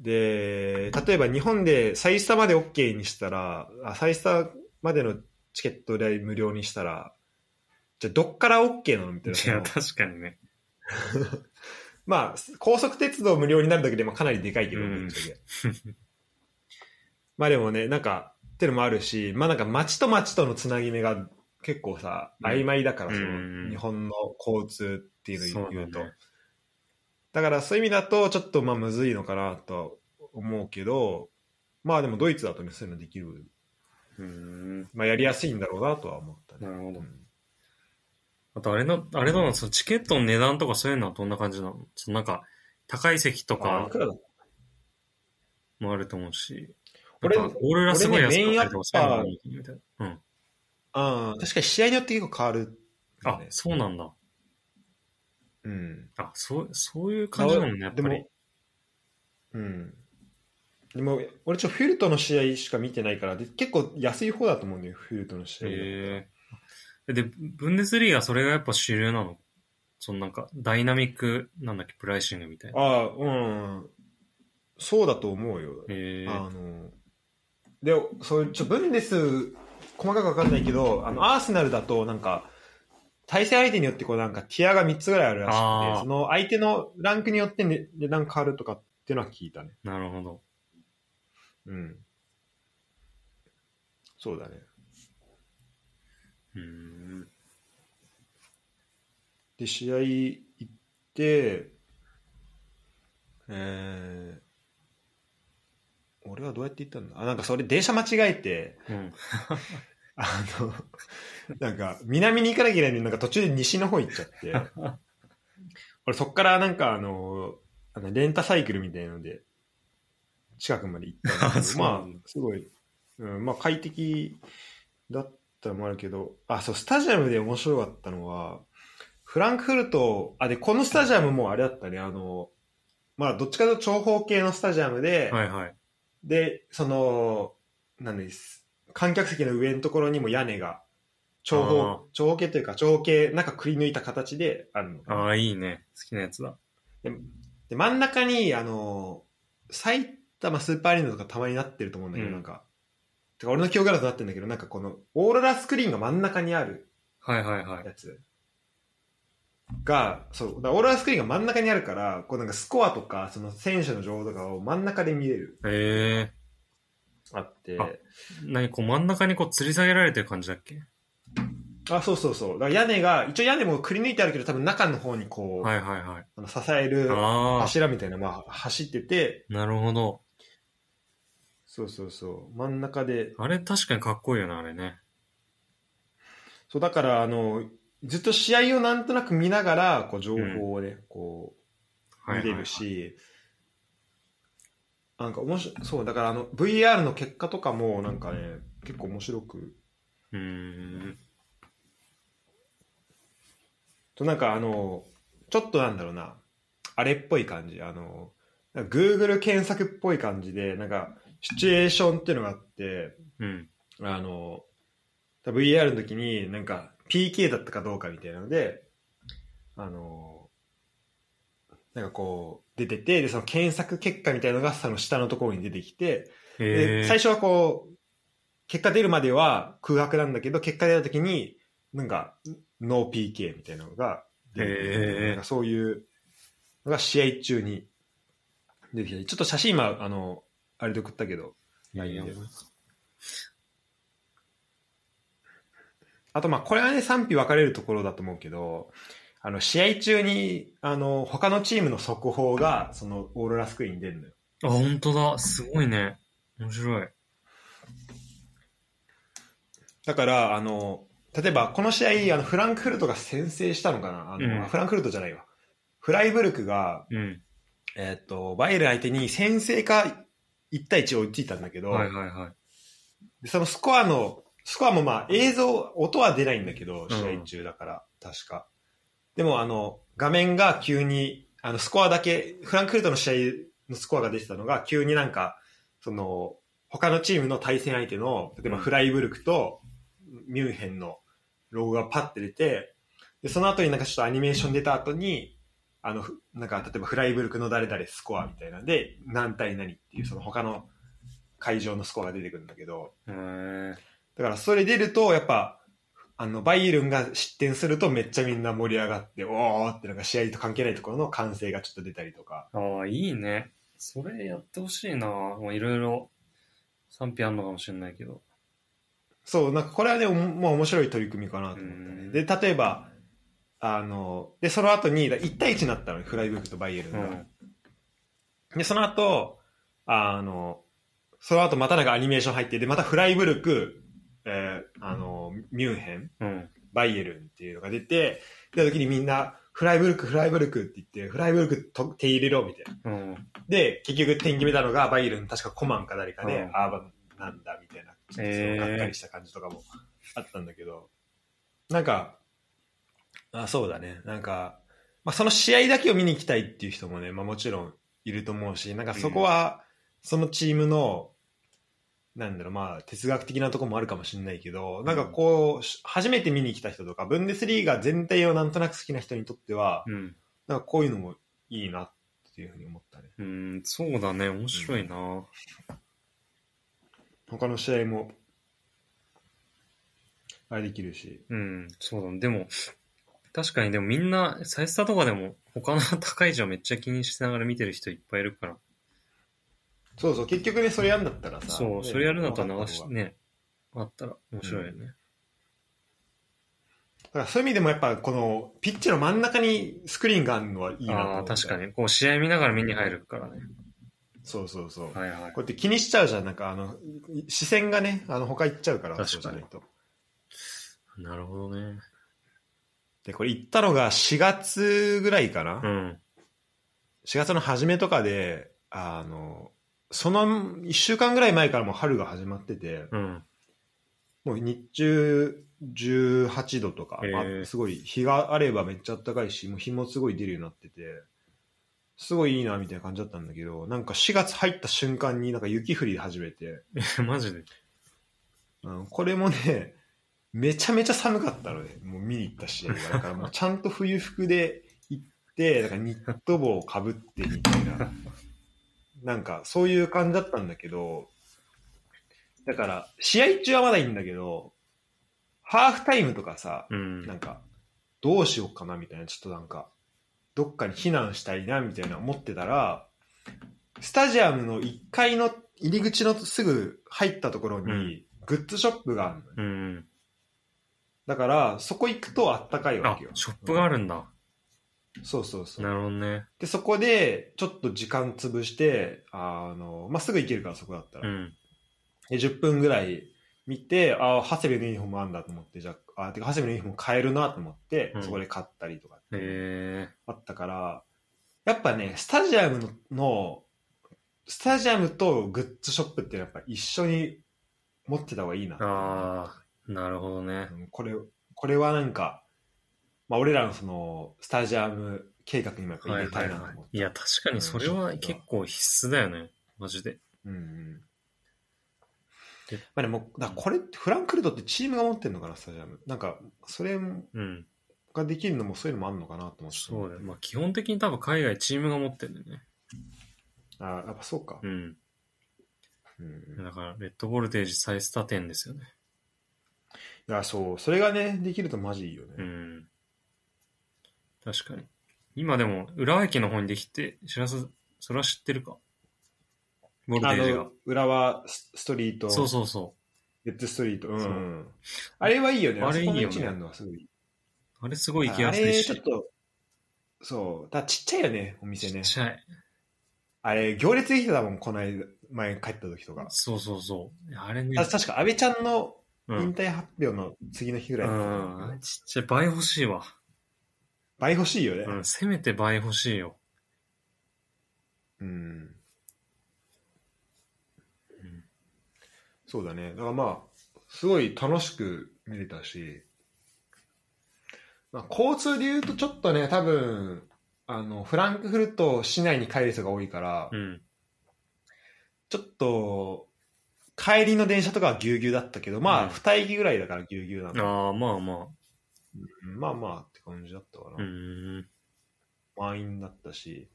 A: で、例えば日本でサイスタまで OK にしたら、あサイスタまでのチケット代無料にしたら、じゃあどっから OK なのみたいな。
B: いや、確かにね。
A: まあ、高速鉄道無料になるだけでもかなりでかいけど、
B: うん
A: ぶっちゃけ [LAUGHS] まあでもね、なんか、ってのもあるし、まあなんか街と街とのつなぎ目が結構さ、
B: うん
A: 曖昧だから、
B: うん
A: その日本の交通っていうのを言うと。
B: そ
A: だ
B: うだね
A: からそういう意味だと、ちょっとまあむずいのかなとは思うけど、まあでもドイツだとね、そういうのできる。
B: うーん、
A: まあやりやすいんだろうなとは思ったね。
B: なるほど
A: うん。
B: あと、あれの、あれどうなのそのチケットの値段とかそういうのはどんな感じなのそのなんか、高い席と
A: あ
B: か
A: いくらだ
B: もあると思うし。
A: 俺
B: なんかオーロラすごい安かったりとかそういうのも
A: 俺ねメインアッパー
B: いいみたいな。うん。
A: あー確かに試合によって結構変わる、
B: あ、
A: ね。
B: そうなんだ。
A: うん。
B: あ、そう、そういう感じなのね、やっ
A: で
B: ぱり
A: も。うん。でも、俺ちょ、フィルトの試合しか見てないから、で結構安い方だと思うんだよ、フィルトの試合。
B: へえで、ブンデスリーガそれがやっぱ主流なのそのなんか、ダイナミック、なんだっけ、プライシングみたいな。
A: ああ、うん。そうだと思うよ。
B: へえ
A: あの、で、そういう、ちょ、ブンデス、細かくわかんないけど、あの、アーセナルだと、なんか、対戦相手によって、こう、なんか、ティアが3つぐらいあるらしく
B: あ
A: て
B: ー、
A: その相手のランクによってね値段変わるとかっていうのは聞いたね。
B: なるほど。
A: うん。そうだね。
B: うーん。
A: で、試合行って、えー、俺はどうやって行ったんだあ、なんかそれ電車間違えて、
B: うん。
A: あの、なんか南に行かなきゃいけないのになんか途中で西の方行っちゃって、俺そっからなんかあの、あのレンタサイクルみたいなので、近くまで行ったんだ
B: [LAUGHS] あ
A: け
B: そ
A: ど、
B: うな
A: ま
B: んだ
A: あ、すごい、うん、まあ快適だったのもあるけど、あ、そう、スタジアムで面白かったのは、フランクフルト、あ、で、このスタジアムもあれだったね、あの、まあ、どっちかというと長方形のスタジアムで、
B: はいはい。
A: で、その、なんです。観客席の上のところにも屋根が、長
B: あー
A: 方、長方形というか、長方形、なんかくり抜いた形であるのかな
B: ああ、いいね。好きなやつだ。
A: でで、真ん中に、あの、埼玉スーパーアリーナとかたまになってると思うんだけど、
B: うん
A: なんか、てか俺の記憶だとなってるんだけど、なんかこの、オーロラスクリーンが真ん中にある
B: はいはいはい。
A: やつが、そう、だからオーロラスクリーンが真ん中にあるから、こうなんかスコアとか、その選手の情報とかを真ん中で見れる、
B: ええ
A: あって、
B: あー。何こう真ん中にこう吊り下げられてる感じだっけ
A: あ、そうそうそう。だから屋根が、一応屋根もくり抜いてあるけど、多分中の方にこう、
B: はいはいはい。
A: あの支える
B: ああ、
A: 柱みたいな、まあ、走ってて、
B: なるほど。
A: そうそうそう、真ん中で、
B: あれ確かにかっこいいよな、あれね。
A: そう、だから、あの、ずっと試合をなんとなく見ながら、こう、情報をね、こう、
B: はい
A: 見
B: はい
A: れるし、なんか面白い、そう、だから、あの、VR の結果とかも、なんかね、結構面白く、
B: うーん。
A: と、なんか、あの、ちょっとなんだろうな、あれっぽい感じ、あの、なんか Google 検索っぽい感じで、なんか、シチュエーションっていうのがあって、
B: うん。
A: あの、VR の時に、なんか、PK だったかどうかみたいなので、あの、なんかこう、出てて、で、その検索結果みたいなのが、その下のところに出てきて、
B: え
A: で、
B: え
A: 最初はこう、結果出るまでは空白なんだけど、結果出た時に、なんか、ノー PK みたいなのが出てきて
B: へー
A: なんかそういうのが試合中に出てきて、ちょっと写真今、あの、あれで送ったけど、
B: いやいや
A: いやあとまあこれはね賛否分かれるところだと思うけどあの試合中にあの他のチームの速報がそのオーロラスクリーンに出るのよ
B: あ、本当だ。すごいね。面白い。
A: だからあの例えばこの試合あのフランクフルトが先制したのかなあの、
B: うん
A: フランクフルトじゃないわフライブルクが、
B: うん。
A: えっとバイエルン相手に先制か1対1を追いついたんだけど、
B: はいはいはい。
A: でそのスコアの、スコアもまあ映像、音は出ないんだけど、試合中だから、確か。でもあの、画面が急に、あの、スコアだけ、フランクフルトの試合のスコアが出てたのが、急になんか、その、他のチームの対戦相手の、例えば
B: うん
A: フライブルクとミュンヘンのロゴがパッて出て、で、その後になんかちょっとアニメーション出た後に、あの、ふなんか例えばフライブルクの誰々スコアみたいなんで、何対何っていう、その他の会場のスコアが出てくるんだけど、
B: へえ
A: だからそれ出ると、やっぱ、あの、バイエルンが失点するとめっちゃみんな盛り上がって、おーってなんか試合と関係ないところの歓声がちょっと出たりとか。
B: ああ、いいね。それやってほしいな。もういろいろ賛否あんのかもしれないけど。
A: そう、なんかこれはね、おもまあ面白い取り組みかなと思った
B: う
A: ね。
B: ん
A: で、例えば、あの、で、その後に、だ1対1になったのね、フライブルクとバイエルン
B: う
A: が。
B: ん。
A: で、その後、あの、その後またなんかアニメーション入って、で、またフライブルク、えーあの、ミュンヘン
B: うん。
A: バイエルンっていうのが出て、出た時にみんな、フライブルク、フライブルクって言って、フライブルクと手入れろ、みたいな。
B: うん。
A: で、結局点決めたのが、バイエルン、確かコマンか誰かで、
B: うん
A: ああ、なんだ、みたいな、ちょっとそ
B: へ
A: の
B: ー
A: がっかりした感じとかもあったんだけど、なんか、あそうだね、なんか、まあ、その試合だけを見に行きたいっていう人もね、まあ、もちろんいると思うし、なんかそこは、そのチームの、なんだろう、まあ、哲学的なところもあるかもしれないけど、なんかこう、し初めて見に来た人とか、ブンデスリーガ全体をなんとなく好きな人にとっては、
B: うん。
A: なんかこういうのもいいなっていうふうに思ったね。
B: うん、そうだね。面白いな。
A: 他の試合も、あれできるし。
B: うん、そうだね。でも、確かにでもみんな、サイスタとかでも他の [LAUGHS] 高い位置をめっちゃ気にしながら見てる人いっぱいいるから。
A: そうそう、結局ね、それやんだったらさ。
B: そう、
A: ね
B: それやるなと流
A: 分かった
B: し
A: 方が
B: ね、あったら面白いよね。
A: だからそういう意味でもやっぱ、この、ピッチの真ん中にスクリーンがあるのはいいなと
B: あ
A: 思
B: あ
A: っ
B: ー、
A: た
B: 確か。に。こう試合見ながら見に入るからね。
A: そうそうそう。こ。
B: はいはいう
A: やって気にしちゃうじゃん。なんか、あの、視線がね、あの、他行っちゃうから、
B: 確かに
A: そうじゃないと。
B: なるほどね。
A: で、これ行ったのが4月ぐらいかな、
B: うん。
A: 4月の初めとかで、あの、その1週間ぐらい前からもう春が始まってて、
B: うん。 [LAUGHS]
A: もう日中18度とか、
B: へー
A: あすごい日があればめっちゃ暖かいし、もう日もすごい出るようになってて、すごいいいなみたいな感じだったんだけど、なんか4月入った瞬間になんか雪降り始めて、
B: え、マジで。
A: うん、これもね、めちゃめちゃ寒かったのね、もう見に行った試合が。だからもうちゃんと冬服で行って、だからニット帽をかぶってみたいな、なんかそういう感じだったんだけど、だから試合中はまだいいんだけど、ハーフタイムとかさ、
B: うん。
A: なんかどうしようかなみたいな、ちょっとなんか、どっかに避難したいなみたいな思ってたら、スタジアムの1階の入り口のすぐ入ったところ
B: うん
A: に、グッズショップがあるのね。
B: うん。
A: だから、そこ行くとあったかいわ
B: あ
A: けよ、。
B: ショップがあるんだ。
A: そうそうそ
B: な
A: う。
B: るほどね。
A: で、そこで、ちょっと時間潰して、あの、まあ、すぐ行けるから、そこだった
B: う
A: ら。
B: ん。
A: で、10分ぐらい見て、あ、長谷部のユニフォームあんだと思って、じゃあ、あ、てか、長谷部のユニフォーム買えるなと思って
B: う、ん
A: そこで買ったりとかって
B: え
A: あったから、やっぱね、スタジアムのの、スタジアムとグッズショップってやっぱ一緒に持ってた方がいいな
B: ー。ああ、なるほどね
A: う。んこれ、これはなんか、まあ、俺らのその、スタジアム計画にもやっぱ入れたいなと思って。
B: いや、確かにそれは結構必須だよね。マジで。
A: うんうん。まあでも、だからこれってフランクフルトってチームが持ってるのかな、スタジアム。なんか、それ
B: うん。
A: ができるのもそういうのもあるのかなと思って。
B: そうだよ。まあ基本的に多分海外チームが持ってるんだよね。
A: あやっぱそうか
B: う。ん。
A: うんうん
B: だから、レッドボルテージ再スタ10ですよね。
A: いや、そう。それがね、できるとマジいいよね。
B: うん。確かに。今でも、浦和駅の方にできて、知らず、それは知ってるか。ボルテ
A: あ
B: ージが
A: の。、浦和スストリート、
B: そうそうそ
A: レッドストリート。うんう。
B: そうん
A: あれはいいよね。
B: あれいいよね
A: あそこの位置にあるのはすごい。
B: う。あれすごい行きやすい
A: あ
B: し。
A: れちょっと、そう。だからちっちゃいよね、お店
B: ち
A: ね
B: っ。ちゃい。
A: あれ、行列できてたもん、この間、前帰った時とか。
B: そうそうそう。あれね。
A: た確か、安倍ちゃんの
B: うん
A: 引退発表の次の日ぐらいだったんだけど
B: うんちっちゃい。倍欲しいわ。
A: 倍欲しいよね。
B: うん。せめて倍欲しいよ。
A: うん。
B: うん
A: そうだね。だからまあ、すごい楽しく見れたし、まあ、交通で言うとちょっとね、多分、あの、フランクフルト市内に帰る人が多いから、
B: うん。
A: ちょっと、帰りの電車とかはぎゅうぎゅうだったけど、ま
B: う
A: あ、
B: ん
A: 二駅ぐらいだからぎゅうぎゅうなの。
B: ああ、まあま
A: うんまあまあって感じだったかな。
B: あ。うん。
A: 満員だったし、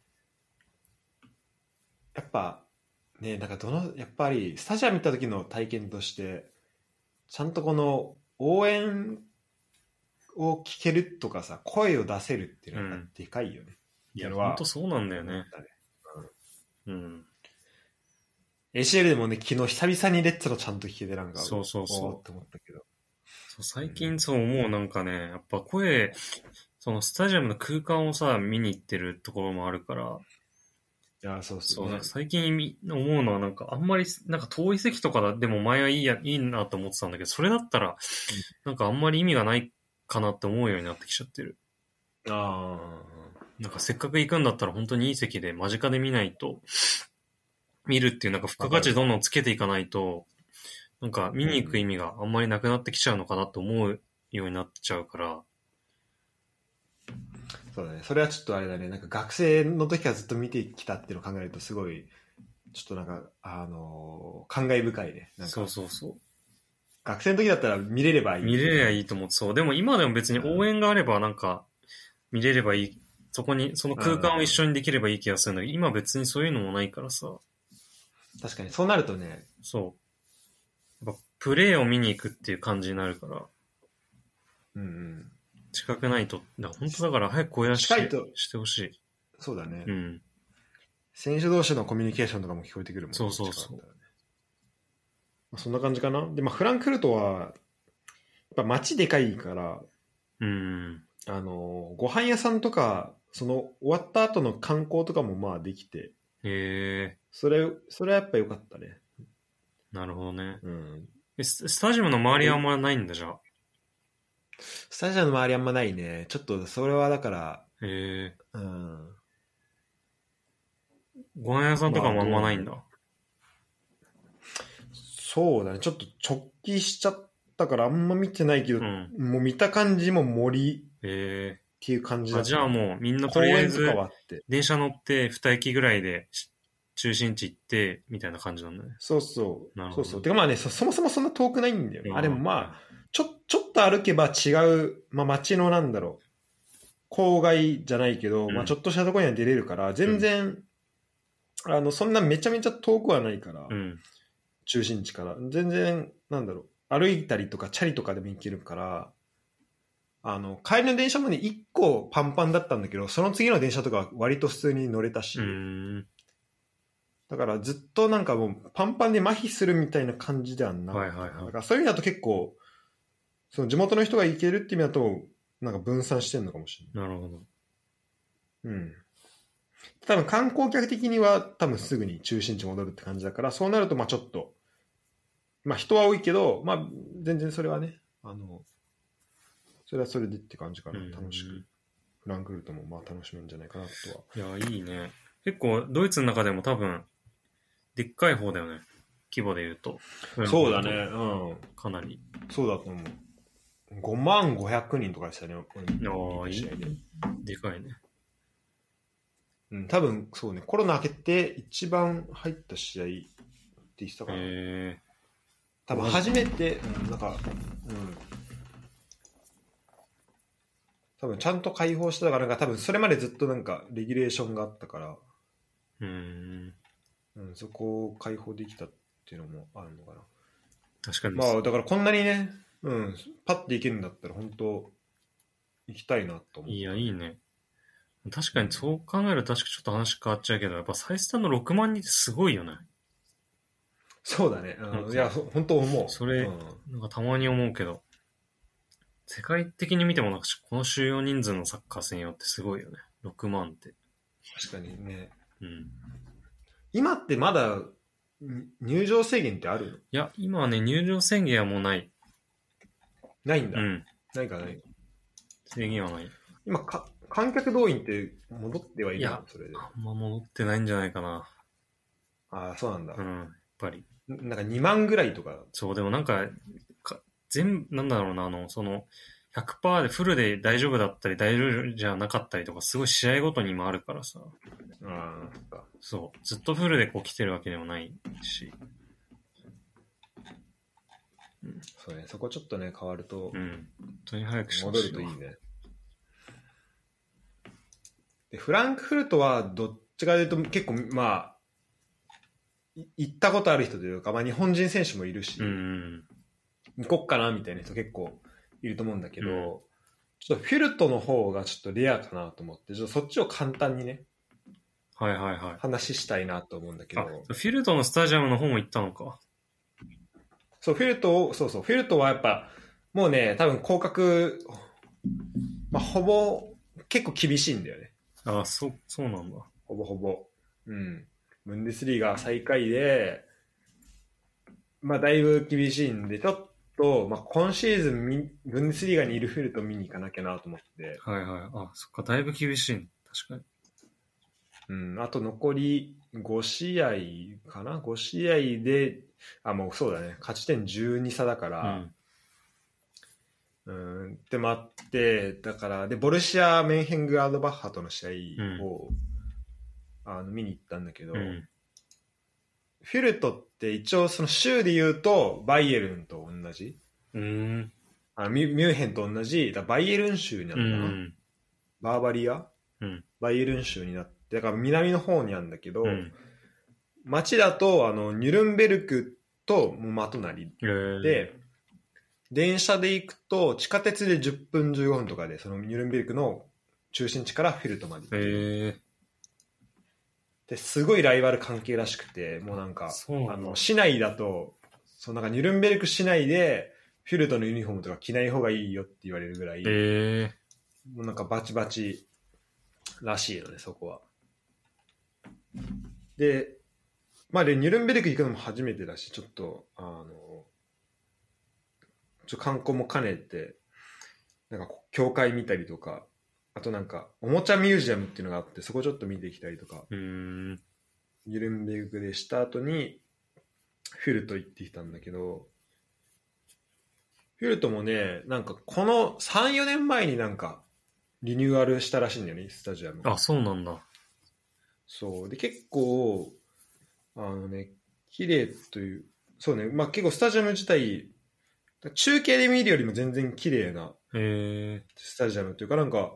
A: やっぱ、ね、なんかどの、やっぱりスタジアム行った時の体験として、ちゃんとこの応援を聞けるとかさ、声を出せるっていうの
B: う
A: が
B: ん
A: でかいよね。
B: い
A: そ
B: や、
A: れは
B: ほんとそうなんだよ
A: 思っ
B: ね。
A: たね
B: うん。
A: ACL でもね、昨日久々にレッツのちゃんと聞けてなんか、
B: そうそうそう
A: おーって思ったけど。
B: そう最近そう思うなんかね、やっぱ声、そのスタジアムの空間をさ、見に行ってるところもあるから、
A: いや、そうそ。
B: そうう、なんか最近み思うのはなんかあんまり、なんか遠い席とかでも前はいいや、いいなと思ってたんだけど、それだったら、なんかあんまり意味がないかなって思うようになってきちゃってる。
A: あ
B: なんかせっかく行くんだったら本当にいい席で間近で見ないと、見るっていうなんか付加価値どんどんつけていかないと、なんか見に行く意味があんまりなくなってきちゃうのかなと思うようになっちゃうから、
A: ーそうだね。それはちょっとあれだね。なんか学生の時からずっと見てきたっていうのを考えると、すごい、ちょっとなんか、あのー感慨深いね。なんか
B: そうそうそう。
A: 学生の時だったら見れればいい。
B: 見れりゃいいと思って、そう。でも今でも別に応援があればなんか、見れればいい。そこに、その空間を一緒にできればいい気がするんだけど、今別にそういうのもないからさ、
A: 確かに、そうなるとね、
B: そう。やっぱプレーを見に行くっていう感じになるから、
A: うんうん。
B: 近くないと、だから本当だから早く声出し
A: 近いと
B: してほしい。
A: そうだね、
B: うん。
A: 選手同士のコミュニケーションとかも聞こえてくるもんね
B: そうそうそ
A: 近か
B: う
A: ったらねまあ、そんな感じかな。で、まあ、フランクフルトは、やっぱ街でかいから、
B: うん。
A: あのーご飯屋さんとか、その終わった後の観光とかもまあできて、
B: へえ
A: それ、それはやっぱ良かったね。
B: なるほどね。
A: うん。
B: えススタジアムの周りはあんまりないんだじゃあ。
A: ススタジアムの周りあんまないね。ちょっと、それはだから、
B: へえ。
A: うん。
B: ご飯屋さんとかもあんまないんだ。
A: そうだね。ちょっと直帰しちゃったから、あんま見てないけど、
B: うん。
A: もう見た感じも森
B: へ
A: っていう感じ
B: え。
A: だ
B: あ
A: った
B: じゃあもうみんなと
A: 公
B: りあえ
A: 園と
B: ず
A: か、はあって。
B: 電車乗って二駅ぐらいでし中心地行って、みたいな感じなんだね。
A: そうそ
B: な
A: う。
B: るほ
A: そうそ
B: ど
A: う。てかまあねそ、そもそもそんな遠くないんだよね。あ、でもまあ、
B: あ。
A: ちょ、ちょっと歩けば違う、まあ街のなんだろう、郊外じゃないけど、
B: うん
A: まあちょっとしたところには出れるから、全然、あの、そんなめちゃめちゃ遠くはないから、
B: うん。
A: 中心地から。全然、なんだろう、歩いたりとかチャリとかでも行けるから、あの、帰りの電車もね、1個パンパンだったんだけど、その次の電車とかは割と普通に乗れたし、
B: うーん。
A: だからずっとなんかもうパンパンで麻痺するみたいな感じではな
B: はい
A: かっ
B: はい
A: た。
B: はい
A: だからそういう意味だと結構、その地元の人が行けるっていう意味だと、なんか分散してるのかもし
B: なるほど。
A: れない。うん。多分観光客的には多分すぐに中心地戻るって感じだから、そうなるとまあちょっと、まあ人は多いけど、まあ全然それはね、あの、それはそれでって感じかな。楽しく。フランクフルトもまあ楽しめるんじゃないかなとは。
B: うん。いや、いいね。結構、ドイツの中でも多分、でっかい方だよね。規模で言うと。
A: うん。
B: かなり。
A: そうだと思う。5万500人とかでしたね、俺
B: ああ、い
A: 見た試合で
B: い。でかいね。
A: うん、多分そうね、コロナ明けて一番入った試合って言ってたから、
B: へえ。
A: 多分初めて、うん、なんか、うん。多分ちゃんと解放してたから、なんか多分それまでずっとなんかレギュレーションがあったから、
B: うーん。
A: うん、そこを解放できたっていうのもあるのかな。
B: 確かに。
A: まあだからこんなにね、うん、パッていけるんだったら本当行きたいなと思う。
B: いや、いいね。確かにそう考えると確かちょっと話変わっちゃうけど、やっぱ最スタの6万人ってすごいよね。
A: そうだね。
B: なん
A: う
B: か
A: ん、いや、ほ本当思う。
B: それ
A: うん
B: なんかたまに思うけど、世界的に見てもなんかこの収容人数のサッカー専用ってすごいよね。6万って。
A: 確かにね。
B: うん。
A: 今ってまだに入場制限ってあるの
B: いや、今はね、入場宣言はもうない。
A: ないんだ。
B: うん。
A: ないかない。
B: 制限はない。
A: 今か、観客動員って戻ってはい
B: い
A: る
B: や
A: のそれで。
B: あんま戻ってないんじゃないかな。
A: ああ、そうなんだ
B: う。ん。やっぱり。
A: なんか2万ぐらいとか。
B: そう、でもなんか、か全部、なんだろうな、あの、その、100%でフルで大丈夫だったり、大丈夫じゃなかったりとか、すごい試合ごとにもあるからさ。
A: ああ、そっか。
B: そう。ずっとフルでこう来てるわけでもないし。
A: そうね。そこちょっとね、変わると
B: う、ん。本当に早くしてほ
A: 戻る
B: しい
A: と
B: わ
A: いいね。で、フランクフルトはどっちかというと結構、まあ、い行ったことある人というか、まあ日本人選手もいるし、
B: うんうん。
A: 行こっかなみたいな人結構いると思うんだけど、
B: うん
A: ちょっとフィルトの方がちょっとレアかなと思って、ちょっとそっちを簡単にね、
B: はいはいはい。
A: 話したいなと思うんだけ
B: あ、
A: ど
B: フ、ィルトのスタジアムの方も行ったのか。
A: そう、フィルトを、そうそう、フィルトはやっぱ、もうね、多分広角、まあ、ほぼ、結構厳しいんだよね。
B: あ、そ、そうなんだ。
A: ほぼほぼ。うん。ブンデスリーが最下位で、まあ、だいぶ厳しいんで、ちょっと、まあ、今シーズンみ、ブンデスリーガにいるフィルト見に行かなきゃなと思って、
B: はいはい。あ、そっか、だいぶ厳しいね。確かに。
A: うん、あと残り5試合かな ?5 試合で、あ、もうそうだね、勝ち点12差だから、うん、って待って、だから、で、ボルシア・メンヘング・アドバッハとの試合を、あの見に行ったんだけど、
B: うん。うん。
A: フィルトって一応、その州で言うと、バイエルンと同じ、
B: うーん。
A: あミュミュンヘンと同じ、だバイエルン州にな
B: う
A: るのかな、
B: ん。
A: バーバリア、
B: うん
A: バイエルン州になって、だから南の方にあるんだけど、
B: うん。
A: 町だとあのニュルンベルクともうまとなり
B: えー、
A: で、電車で行くと地下鉄で10分15分とかでそのニュルンベルクの中心地からフィルトまで行
B: え
A: ける
B: ー、
A: ですごいライバル関係らしくてもうなんか
B: そうな
A: あ
B: んだ
A: の。市内だとそうなんかニュルンベルク市内でフィルトのユニフォームとか着ない方がいいよって言われるぐらい、
B: え
A: もうなんかバチバチらしいのね、そこは。で、まあで、ニュルンベルク行くのも初めてだし、ちょっと、あの、ちょっと観光も兼ねて、なんかこう教会見たりとか、あとなんか、おもちゃミュージアムっていうのがあって、そこちょっと見てきたりとか、
B: うーん。
A: ギルンベルクでした後に、フュルト行ってきたんだけど、フュルトもね、なんかこの3、4年前になんか、リニューアルしたらしいんだよね、スタジアム。
B: あ、そうなんだ。
A: そう。で、結構、あのね、綺麗という、そうね、まあ結構スタジアム自体、中継で見るよりも全然綺麗な
B: へえ。
A: スタジアムというか、なんか、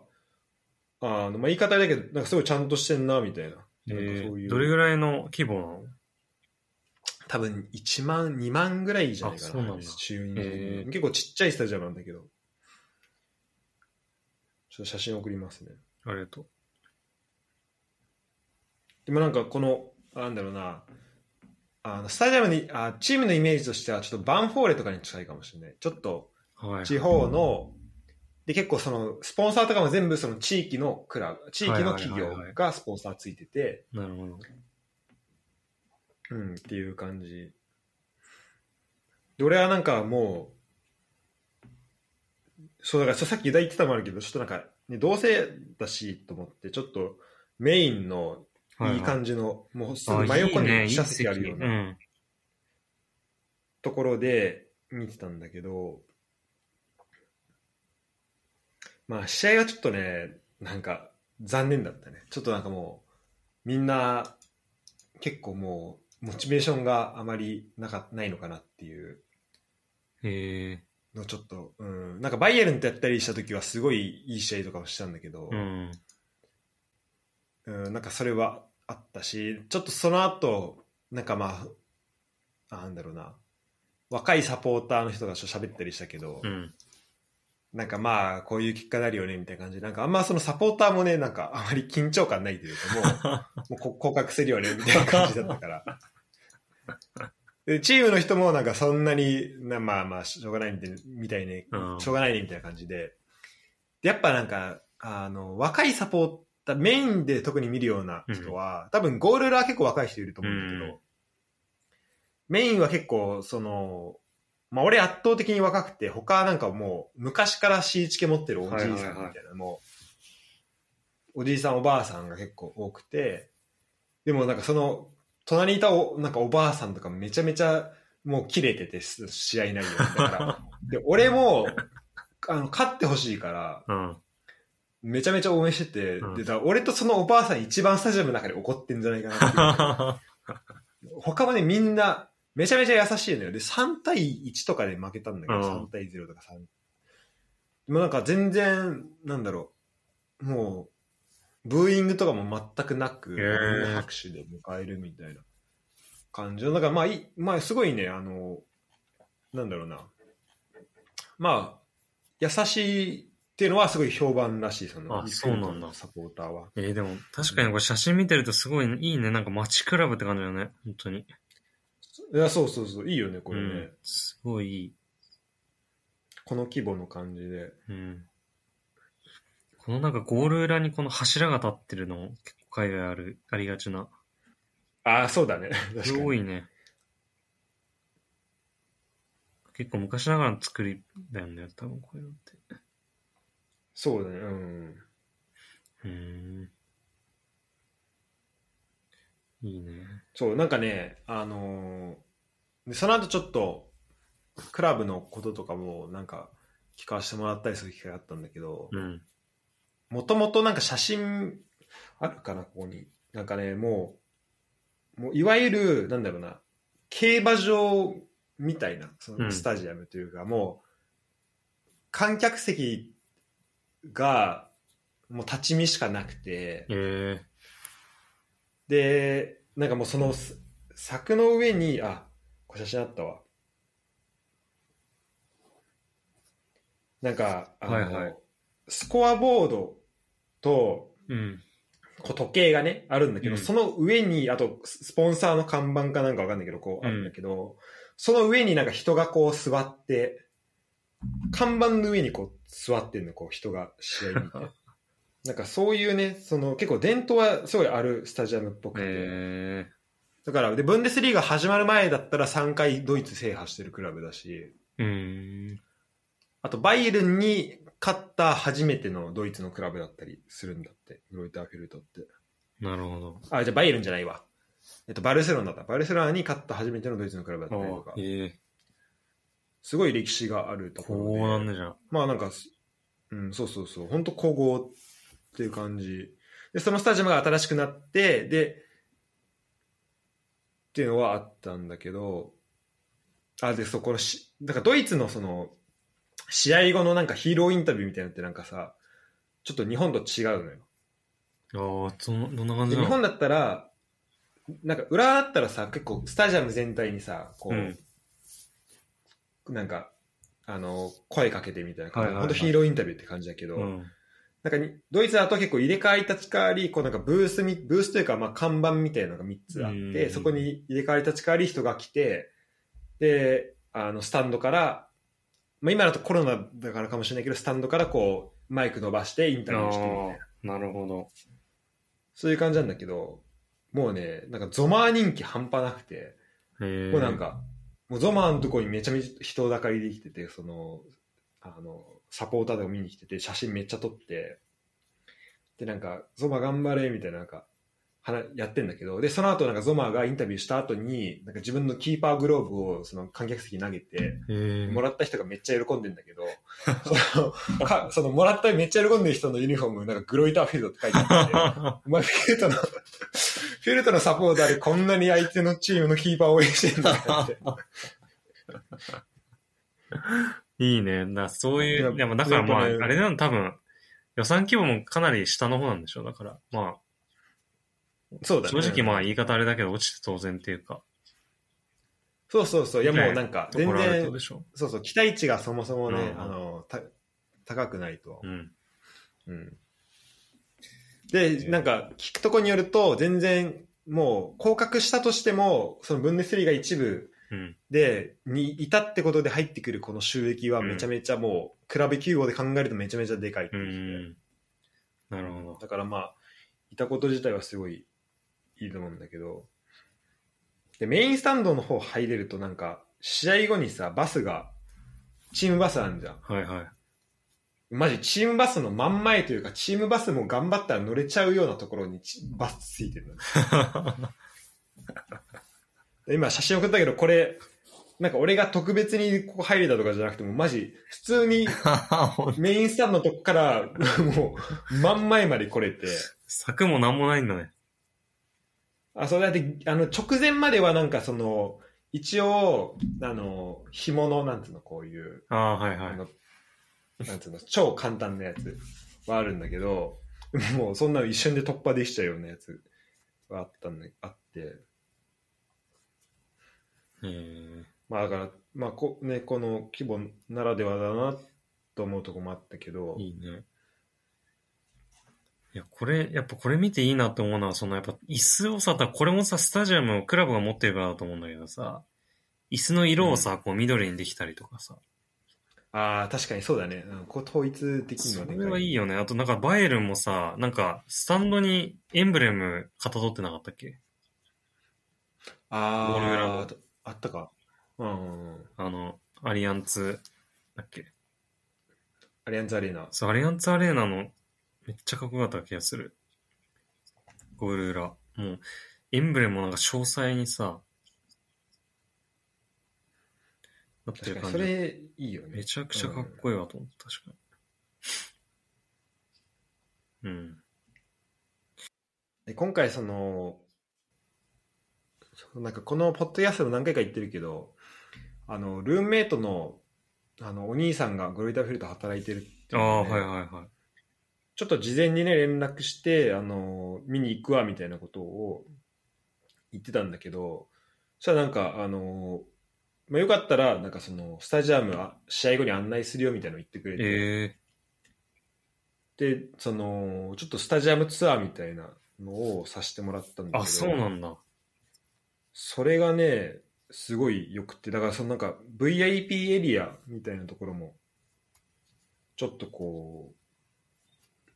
A: あの、まあ言い方だけど、なんかすごいちゃんとしてんな、みたいな。
B: え
A: なんかそうい
B: ー
A: う。
B: どれぐらいの規模なの
A: 多分1万、2万ぐらいじゃない
B: あ
A: か
B: そう
A: な。
B: なんだ
A: 収入
B: へえ
A: 結構ちっちゃいスタジアムなんだけど。ちょっと写真送りますね。
B: ありがとう。
A: でもなんかこの、なんだろうな、あのスタジアムにあ、チームのイメージとしては、ちょっとバンフォーレとかに近いかもしれない。ちょっと
B: はい。
A: 地方の、で結構その、スポンサーとかも全部その地域のクラブ、地域の企業
B: はいはいはいはい
A: がスポンサーついてて、
B: なるほど。
A: うん、っていう感じ。で、俺はなんかもう、そうだからそうさっきユダ言ってたのもあるけど、ちょっとなんか、ね、どうせだしと思って、ちょっとメインのいい感じの、もうすぐ
B: あ
A: 真横
B: い
A: に
B: いね
A: 記者席あるような。
B: いい席
A: ところで見てたんだけど、まあ試合はちょっとね、なんか残念だったね。ちょっとなんかもう、みんな結構もう、モチベーションがあまりなかないのかなっていう
B: うん。へえ。
A: のをちょっと、うん、なんかバイエルンとやったりした時はすごいいい試合とかをしたんだけど、
B: うん。
A: うん、なんかそれはあったし、ちょっとその後、なんかまあ、あなんだろうな、若いサポーターの人がちょっと喋ったりしたけど、
B: うん。
A: なんかまあ、こういう結果になるよね、みたいな感じで、なんかあんまそのサポーターもね、なんかあまり緊張感ないというか、
B: [LAUGHS]
A: もう、もうこ降格するよね、みたいな感じだったから。でチームの人もなんかそんなに、なまあまあ、しょうがないみたいみたいね、
B: うん
A: しょうがないね、みたいな感じで。でやっぱなんか、あの、若いサポーター、メインで特に見るような人は、多分ゴール裏は結構若い人いると思うんだけど、
B: うん
A: メインは結構、その、まあ、俺圧倒的に若くて、他なんかもう、昔からシーチケ持ってるおじいさんみたいな、
B: はいはい
A: もう、おじいさんおばあさんが結構多くて、でもなんかその、隣にいたお、なんかおばあさんとかめちゃめちゃ、もう切れてて、す試合内容だ
B: [LAUGHS]
A: から。で、俺も、あの、勝ってほしいから、
B: うん。
A: めちゃめちゃ応援してて、
B: うん
A: で、だから俺とそのおばあさん一番スタジアムの中で怒ってんじゃないかな
B: [LAUGHS]
A: っていう他もね、みんな、めちゃめちゃ優しいのよ。で、3対1とかで負けたんだけど、
B: うん
A: 3対0とか3。もうなんか全然、なんだろう、もう、ブーイングとかも全くなく、
B: へー
A: みんな拍手で迎えるみたいな感じの、だからまあいい、まあすごいね、あの、なんだろうな、まあ、優しいっていうのはすごい評判らしい、その、
B: あそうなんだ
A: サポーターは。
B: えー、でも確かにこれ写真見てるとすごいいいね。なんか街クラブって感じだよね。本当に。
A: いや、そうそうそう、いいよね、これね。
B: うん。すごいいい。
A: この規模の感じで。
B: うん。このなんかゴール裏にこの柱が立ってるのも結構海外ある、ありがちな。
A: ああ、そうだね。 [LAUGHS]
B: す
A: 確か
B: ご
A: に。
B: いね。結構昔ながらの作りだよね、多分こういうのって。
A: そうだね。うん。
B: うーん。いいね。
A: そう、なんかね、あのーでその後ちょっと、クラブのこととかも、なんか、聞かせてもらったりする機会があったんだけど、
B: うん。
A: もともとなんか写真、あるかな、ここに。なんかね、もう、もういわゆる、なんだろうな、競馬場みたいな、そ
B: うん
A: のスタジアムというか、もう、観客席が、もう立ち見しかなくて、
B: え
A: で、なんかもうそのす柵の上に、あ、これ写真あったわ。なんか、あの、
B: はいはい
A: スコアボードと、
B: えうん。
A: こう時計がね、あるんだけど、
B: うん
A: その上に、あと、ススポンサーの看板かなんかわかんないけど、こうあ
B: うん
A: るんだけど、その上になんか人がこう座って、看板の上にこう座ってんの、こう人が試合見て。
B: [LAUGHS]
A: なんかそういうね、その結構伝統はすごいあるスタジアムっぽくて、
B: え
A: だから、で、ブンデスリーガ始まる前だったら3回ドイツ制覇してるクラブだし、
B: えうーん。
A: あとバイエルンに勝った初めてのドイツのクラブだったりするんだって、グロイターフェルトって。
B: なるほど。
A: あ、じゃあバイエルンじゃないわ。えっと、バルセロナだった。バルセロナに勝った初めてのドイツのクラブだったりとか
B: あ、ええ
A: すごい歴史があるところ
B: こ
A: で。
B: うなんだじゃん。
A: まあなんか、うん、そうそうそう、本当古豪っていう感じ。で、そのスタジアムが新しくなって、で、っていうのはあったんだけど、あ、で、そこのし、なんかドイツのその、試合後のなんかヒーローインタビューみたいなのってなんかさ、ちょっと日本と違うのよ。
B: ああ、そんどんな感
A: で
B: じな
A: 日
B: の
A: 本だったら、なんか裏だったらさ、結構スタジアム全体にさ、こう、
B: うん
A: なんか、あの、声かけてみたいな感じ、
B: はいはい
A: 本
B: はい
A: 当ヒーローインタビューって感じだけど、
B: うん。
A: なんかに、ドイツだと結構入れ替え立ち替わり、こうなんかブースみ、ブースというかまあ看板みたいなのが3つあっ
B: うん
A: て、そこに入れ替わり立ち替わり人が来て、で、あの、スタンドから、まあ今だとコロナだからかもしれないけど、スタンドからこう、マイク伸ばしてインタビューしてみたいな
B: あ。あ、なるほど。
A: そういう感じなんだけど、もうね、なんかゾマー人気半端なくて、
B: ええ
A: もうなんか、もうゾマーのとこにめちゃめちゃ人だかりできてて、その、あの、サポーターとか見に来てて、写真めっちゃ撮って、で、なんか、ゾマ頑張れ、みたいな、なんか、話やってんだけど、で、その後、なんか、ゾマがインタビューした後に、なんか自分のキーパーグローブを、その観客席に投げて、
B: ええ
A: もらった人がめっちゃ喜んでんだけど、その、かそのもらっためっちゃ喜んでる人のユニフォーム、なんか、グロイターフィールドって書いてあって、お前、フィルトの、フィルトのサポーターでこんなに相手のチームのキーパーを応援してんだって。
B: いいね。なそうい、
A: いうや
B: でもだからまあ、あ
A: ずっとね
B: れなの多分、予算規模もかなり下の方なんでしょう。だから、ま
A: [LAUGHS] そう
B: あ、
A: だ
B: 正
A: ね。
B: 直まあ言い方あれだけど、落ちて当然っていうか、
A: そうそうそう。いや、もうなんか、
B: と
A: 全
B: ころあるってこと
A: 然
B: で、しょ
A: そうそう、期待値がそもそもね
B: う、ん
A: あの、た高くないと
B: う。。うん。
A: うん。で、なんか、聞くとこによると、全然、もう、降格したとしても、そのブンデスリーが一部
B: うん。
A: で、にいたってことで入ってくるこの収益はめちゃめちゃもう、比べ9号で考えるとめちゃめちゃでかいって
B: う
A: 言ってて
B: ん。なるほど。
A: だからまあ、いたこと自体はすごいいいと思うんだけど、で、メインスタンドの方入れるとなんか、試合後にさ、バスが、チームバスあるじゃん。
B: はい
A: [LAUGHS]
B: はい。
A: マジ、チームバスの真ん前というか、チームバスも頑張ったら乗れちゃうようなところにチバスついてるのね。で今写真送ったけど、これ、なんか俺が特別にここ入れたとかじゃなくても、マジ、普通にメインスタンドのとこから、もう、真ん前まで来れて、
B: 柵もなんもないんだね。
A: あ、そうだって、あの、直前まではなんかその、一応、あの、紐の、なんつうの、こういう、
B: ああ、はいは
A: あ
B: い。
A: の、なんつうの、超簡単なやつはあるんだけど、 [LAUGHS] もうそんなの一瞬で突破できちゃうようなやつはあったんだ、あって、
B: ええ
A: まあだから、まあこ、ね、この規模ならではだなと思うとこもあったけど、
B: いいね。いや、これ、やっぱこれ見ていいなって思うのは、そのやっぱ椅子をさ、だこれもさ、スタジアムをクラブが持ってるからだと思うんだけどさ、椅子の色をさ、こう緑にできたりとかさ、
A: ああ、確かにそうだね。うんこう統一できるの
B: そ
A: はで
B: れ
A: か
B: はいい
A: い。
B: よね。あとなんかバイエルンもさ、なんかスタンドにエンブレムかたどってなかったっけゴール裏
A: あ
B: の
A: あ、あったか。うんうんうん。
B: あの、アリアンツ、だっけ
A: アリアンズアリーナ。
B: そう、アリアンツアレーナの、めっちゃかっこよかった気がする。ゴール裏。もう、エンブレムもなんか詳細にさ、なって
A: 確
B: る
A: かに
B: 感
A: そ
B: じ。
A: れいいよね
B: め。ちゃくちゃかっこいいわと思った、確かに。うん。
A: で今回その、そうなんかこのポッドキャストでも何回か言ってるけど、あの、ルームメイトの、あの、お兄さんがグロイターフィールド働いてるって
B: あ
A: いう
B: あ、
A: ので
B: はいはいはい。
A: ちょっと事前にね、連絡して、あの、見に行くわ、みたいなことを言ってたんだけど、そしたらなんか、あの、まあ、よかったら、なんかその、スタジアムは試合後に案内するよ、みたいなの言ってくれて、
B: え
A: で、その、ちょっとスタジアムツアーみたいなのをさせてもらったんだけ
B: え
A: ど、
B: あ、そうなんだ。
A: それがね、すごい良くて、だからそのなんか VIP エリアみたいなところも、ちょっとこ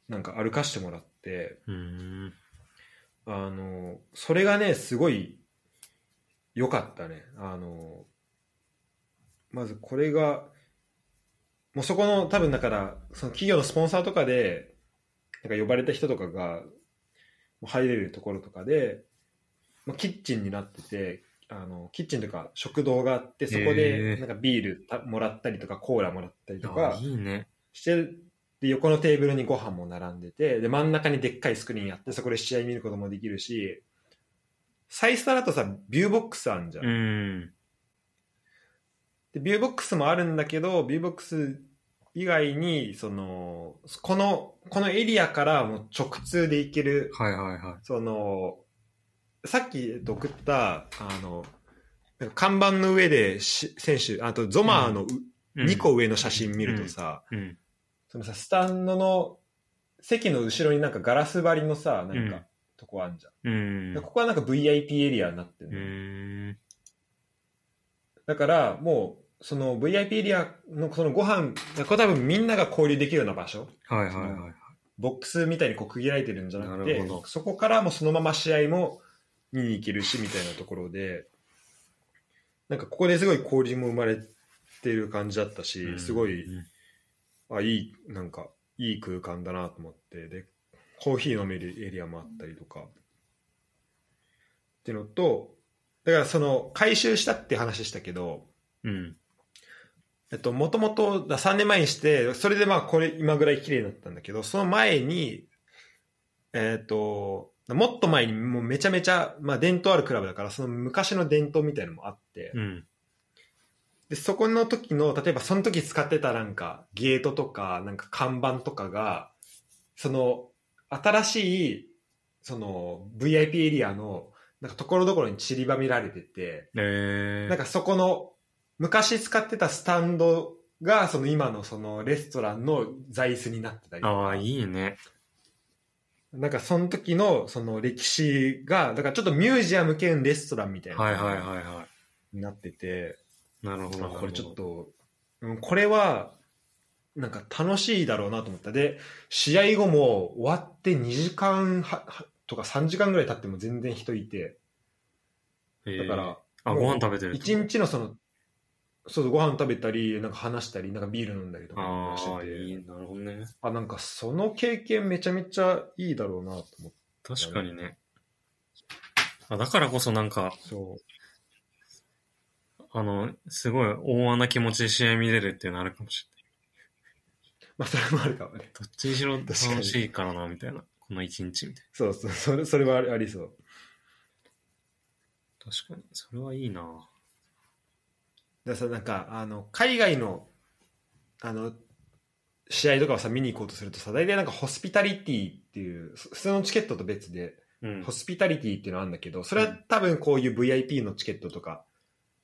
A: う、なんか歩かしてもらって、
B: うーん。
A: あの、それがね、すごい良かったね。あの、まずこれが、もうそこの、多分だから、その企業のスポンサーとかで、なんか呼ばれた人とかが、もう入れるところとかで、まあ、キッチンになってて、あの、キッチンとか食堂があって、そこ
B: へ
A: で、
B: ー
A: なんかビールたもらったりとか、コーラもらったりと
B: あ
A: か
B: いいね。
A: して、で、横のテーブルにご飯も並んでて、で、真ん中にでっかいスクリーンあって、そこで試合見ることもできるし、最スタだとさ、ビューボックスあんじゃん。
B: うん。
A: でビューボックスもあるんだけどビューボックス以外にそのこのこのエリアからもう直通で行ける
B: はいはいは
A: そのさっきえっと送ったあのなんか看板の上でし選手あとゾマーの
B: い。うん
A: 2個。上の写真見るとさ、
B: うん。
A: そのさスタンドの席の後ろになんかガラス張りのさなん
B: うん
A: かとこあんじゃん、
B: うん
A: で。ここはなんか VIP エリアになってる
B: う
A: のよ、
B: ん。
A: だからもうその VIP エリアのそのご飯これ多分みんなが交流できるような場所
B: はいはいはい。
A: ボックスみたいにこう区切られてるんじゃなく
B: な
A: て
B: るほど
A: そこからもうそのまま試合も見に行けるしみたいなところでなんかここですごい交流も生まれてる感じだったし、
B: うん
A: すごい
B: うん
A: あいいなんかいい空間だなと思ってでコーヒー飲めるエリアもあったりとかっていうのとだからその回収したって話したけど、
B: うん。
A: えっと、もともと3年前にして、それでまあこれ今ぐらい綺麗になったんだけど、その前に、えっと、もっと前にもうめちゃめちゃ、まあ伝統あるクラブだから、その昔の伝統みたいなのもあって、
B: うん。
A: で、そこの時の、例えばその時使ってたなんかゲートとか、なんか看板とかが、その新しい、その VIP エリアの、なんかところどころに散りばめられてて、
B: えー。
A: なんかそこの昔使ってたスタンドがその今のそのレストランの座椅子になってたりとか
B: ああ、いいね。
A: なんかその時のその歴史がだからちょっとミュージアム兼レストランみたいな
B: はいはいはいは
A: になってて、
B: い。なるほど。な
A: まあ
B: るほど
A: これちょっ。と、うん、これはなんか楽しいだろうなと思ったで試合後も終わって2時間ははとか3時間ぐらい経っても全然人いて
B: え
A: だ
B: ー
A: から、
B: あ、ご飯食べてる。
A: 一日のそのそうご飯食べたりなんか話したりなんかビール飲んだりとか
B: あ
A: して
B: あ、
A: て
B: いい。なるほどね。
A: あなんかその経験めちゃめちゃいいだろうなと思って
B: 確かにね。あだからこそなんか、
A: そ
B: あの、すごい大穴気持ちで試合見れるっていうのあるかもしれな
A: うまあそれもあるかもね
B: い。どっちにしろ楽
A: 確かに
B: しいからな、みたいな。この一日みたい
A: そうそうそれそれはありありそう
B: な。確かに。それはいいな
A: だからさなんかあの海外のあの試合とかをさ見に行こうとするとさ大体なんかホスピタリティっていうそ普通のチケットと別で
B: うん
A: ホ。スピタリティっていうのあるんだけどそれは多分こういう VIP のチケットとか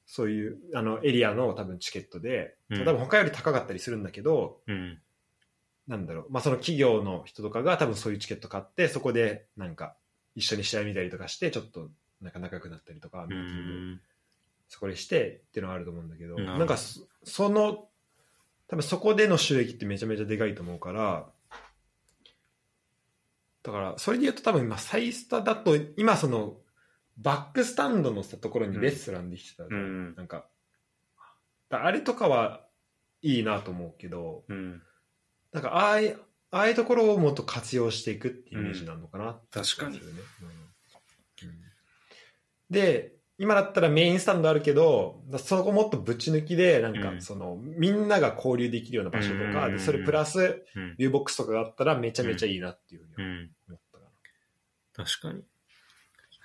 A: そういうあのエリアの多分チケットで、
B: うん
A: 多分他より高かったりするんだけど
B: うん。
A: なんだろう、まあ、その企業の人とかが多分そういうチケット買って、そこでなんか一緒に試合見たりとかして、ちょっとなんか仲良くなったりとか、
B: う
A: ミーティング
B: ん。
A: そこでしてっていうのはあると思うんだけど、
B: なるほど
A: なんかそその、多分そこでの収益ってめちゃめちゃでかいと思うから、だからそれで言うと多分今、サイスタだと、今そのバックスタンドのさところにレストランできてたら、
B: うん
A: なんか、だあれとかはいいなと思うけど、
B: うん。
A: なんかああいああいうところをもっと活用していくっていうイメージなのかな、
B: 確か
A: そう
B: に
A: ですよねうんうんで今だったらメインスタンドあるけどだそこもっとぶち抜きでなん
B: う
A: か
B: ん
A: その、みんなが交流できるような場所とか、
B: うん
A: でそれプラス
B: うん。
A: ビューボックスとかがあったらめちゃめちゃいいなっていうふう
B: う
A: に
B: ん。
A: 思ったかな、
B: 確かに。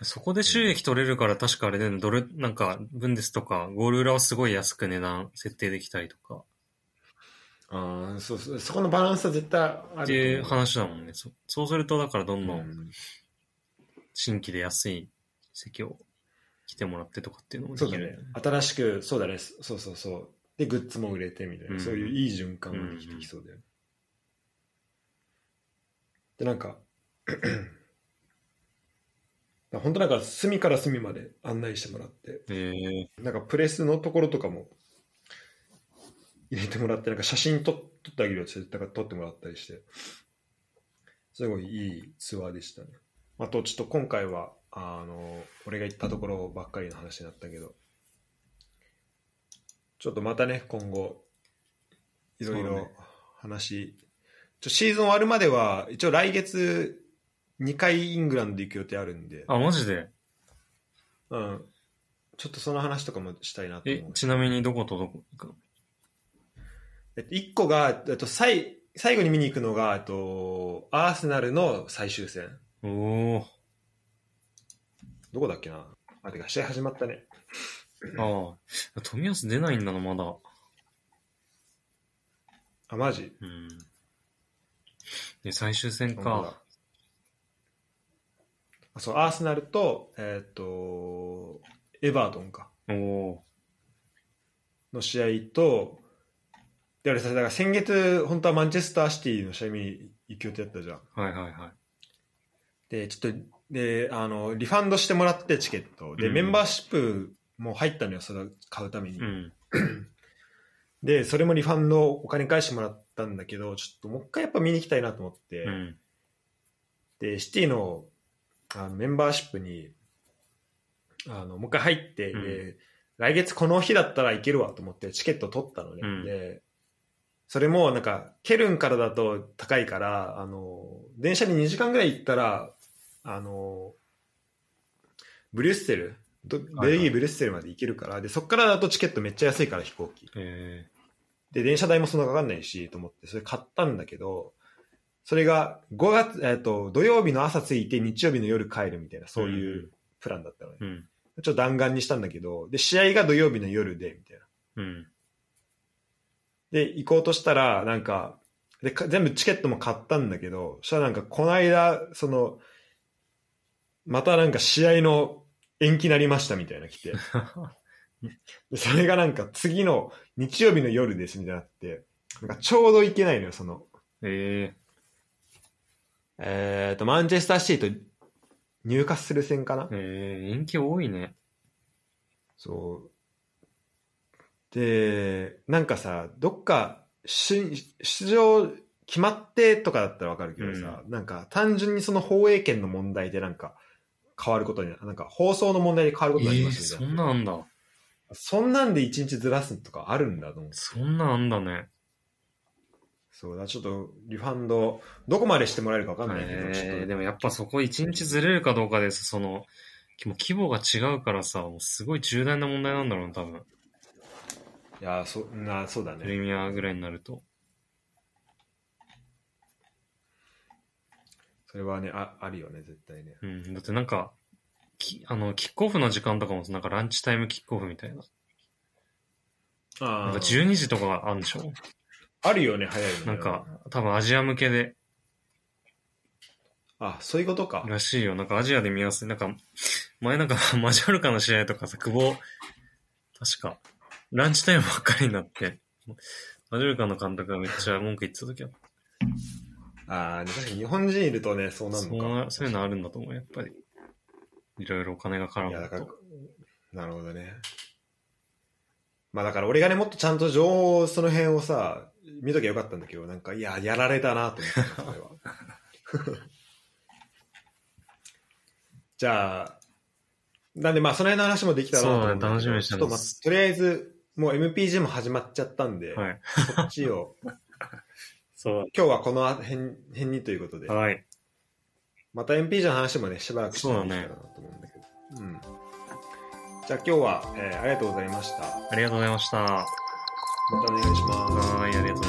B: そこで収益取れるから確かあれで、ね、ドル、なんか、ブンデスとか、ゴール裏をすごい安く値段設定できたりとか、
A: あーそうそうそこのバランスは絶対あ
B: っていう
A: ると思
B: 話だもんね。そそうすると、だからどんど
A: うんん
B: 新規で安い席を来てもらってとかっていうのもで
A: そう
B: き
A: だ
B: る
A: ね
B: よ。
A: 新しくそうだねそうそうそうでグッズも売れてみたいな、
B: うん
A: そういういい循環ができてきそうだよね、でなんか [CLEARS THROAT] 本当なんか隅から隅まで案内してもらって
B: ええ
A: なんかプレスのところとかも入れてもらってなんか写真撮撮ってあげるよって言ってなんか撮ってもらったりしてすごいいいツアーでしたねあとちょっと今回はあの俺が行ったところばっかりの話になったけどちょっとまたね今後いろい
B: そう
A: ろ
B: ね
A: 話、ちょシーズン終わるまでは、一応来月2回イングランド行く予定あるんで、
B: あ、マジで
A: うん、ちょっとその話とかもしたいなと
B: え
A: 思う、。
B: ちなみにどことどこ行くの
A: えっと1個が、えっと、最最後に見に行くのが、えっと、アーセナルの最終戦。
B: おー。
A: どこだっけなあ、てか試合始まったね。
B: ああ。富安出ないんだな、まだ。
A: あ、マジ
B: うん。で、最終戦
A: 本当
B: か
A: だ。あそう、アーセナルと、えっと、エバートンか。
B: おお
A: の試合と、であれさ、だから先月、本当はマンチェスターシティの試合見に行く予定だったじゃん。
B: ー。はいはいはい。
A: で、ちょっと、で、あの、リファンドしてもらって、チケット。で、
B: うん
A: メンバーシップも入ったのよ、それを買うために。
B: うん。
A: で、それもリファンドお金返してもらったんだけど、ちょっともう一回やっぱ見に行きたいなと思って、
B: うん。
A: で、シティのあのメンバーシップに、あの、もう一回入って、
B: うん
A: で、来月この日だったらいけるわと思ってチケット取ったのね。
B: うん
A: で、それもなんか、ケルンからだと高いから、あの、電車に2時間ぐらい行ったら、あの、ブリュッセル、ど
B: はい
A: ベルギーブリュッセルまで行けるから、で、そっからだとチケットめっちゃ安いから飛行機。
B: え
A: で、電車代もそんなかかんないし、と思って、それ買ったんだけど、それが5月、えっ、と、土曜日の朝着いて日曜日の夜帰るみたいな、そういううプランだったのね。
B: ー。うん。
A: ちょっと弾丸にしたんだけど、で、試合が土曜日の夜で、みたいな。
B: うん。
A: で、行こうとしたら、なんか、で、か全部チケットも買ったんだけど、そしたらなんか、この間、その、またなんか試合の延期になりましたみたいな来て。でそれがなんか次の日曜日の夜ですみたいになって、なんかちょうど行けないのよ、その、
B: [LAUGHS] え
A: えー、と、マンチェスターシティと入荷する戦かな
B: ー、、えー、延期多いね。
A: そう。で、なんかさ、どっか出出場決まってとかだったらわかるけどさ、なんか単純にその放映権の問題でなんか変わることにななんか放送の問題で変わること
B: え
A: になり
B: ー、
A: ました
B: そ
A: みたい
B: んなあんだ。
A: そんなんで一日ずらすとかあるんだと思う。
B: そんなあんだね。
A: そうだ、ちょっとリファンド、どこまでしてもらえるかわかんないけど、ちょっ
B: えー、
A: と
B: でもやっぱそこ一日ずれるかどうかです、その、もう規模が違うからさ、もうすごい重大な問題なんだろうな、多分。
A: いやーそな、そうだ
B: プレ
A: ね。
B: ミアぐらいになると。
A: それはね、ああるよね、絶対ね。
B: うん。だってなんか、きあの、キックオフの時間とかも、なんかランチタイムキックオフみたいな。
A: あ
B: なん
A: ー
B: か12時とかあるんでしょ
A: あるよね、早いのね
B: なんか、多分アジア向けで、
A: あ、そういうことから
B: しいよ。なんかアジアで見やすい。なんか、前なんか [LAUGHS] マジャルカの試合とかさ、久保、確か、ランチタイムばっかりになって、マジャルカの監督がめっちゃ文句言ってた時あった
A: ああ、でも確かに日本人いるとね、そうなる
B: そ
A: の
B: う
A: か
B: な。そういうのあるんだと思う、やっぱり。いろいろお金が絡
A: いや、
B: む
A: だから
B: と。、
A: なるほどね。まあだから俺がね、もっとちゃんと情報をその辺をさ、見ときゃよかったんだけど、なんか、いや、やられたなと思った、それは。 [LAUGHS] じゃあ、なんでまあその辺の話もできたらなと思うんだけど
B: そうだね楽しみにしてます
A: ちょっとまあとりあえず、もう MPG も始まっちゃったんで、
B: はい。
A: こっちを、 [LAUGHS]
B: そ
A: 今日はこの辺辺にということで
B: う。。はい。
A: また MPG の話もね、しばらくしてもいいかなと思うんだけど。うん。じゃあ今日は、えーありがとうございました。
B: ありがとうございました。は
A: またお願いします。
B: い、ありがとうございます。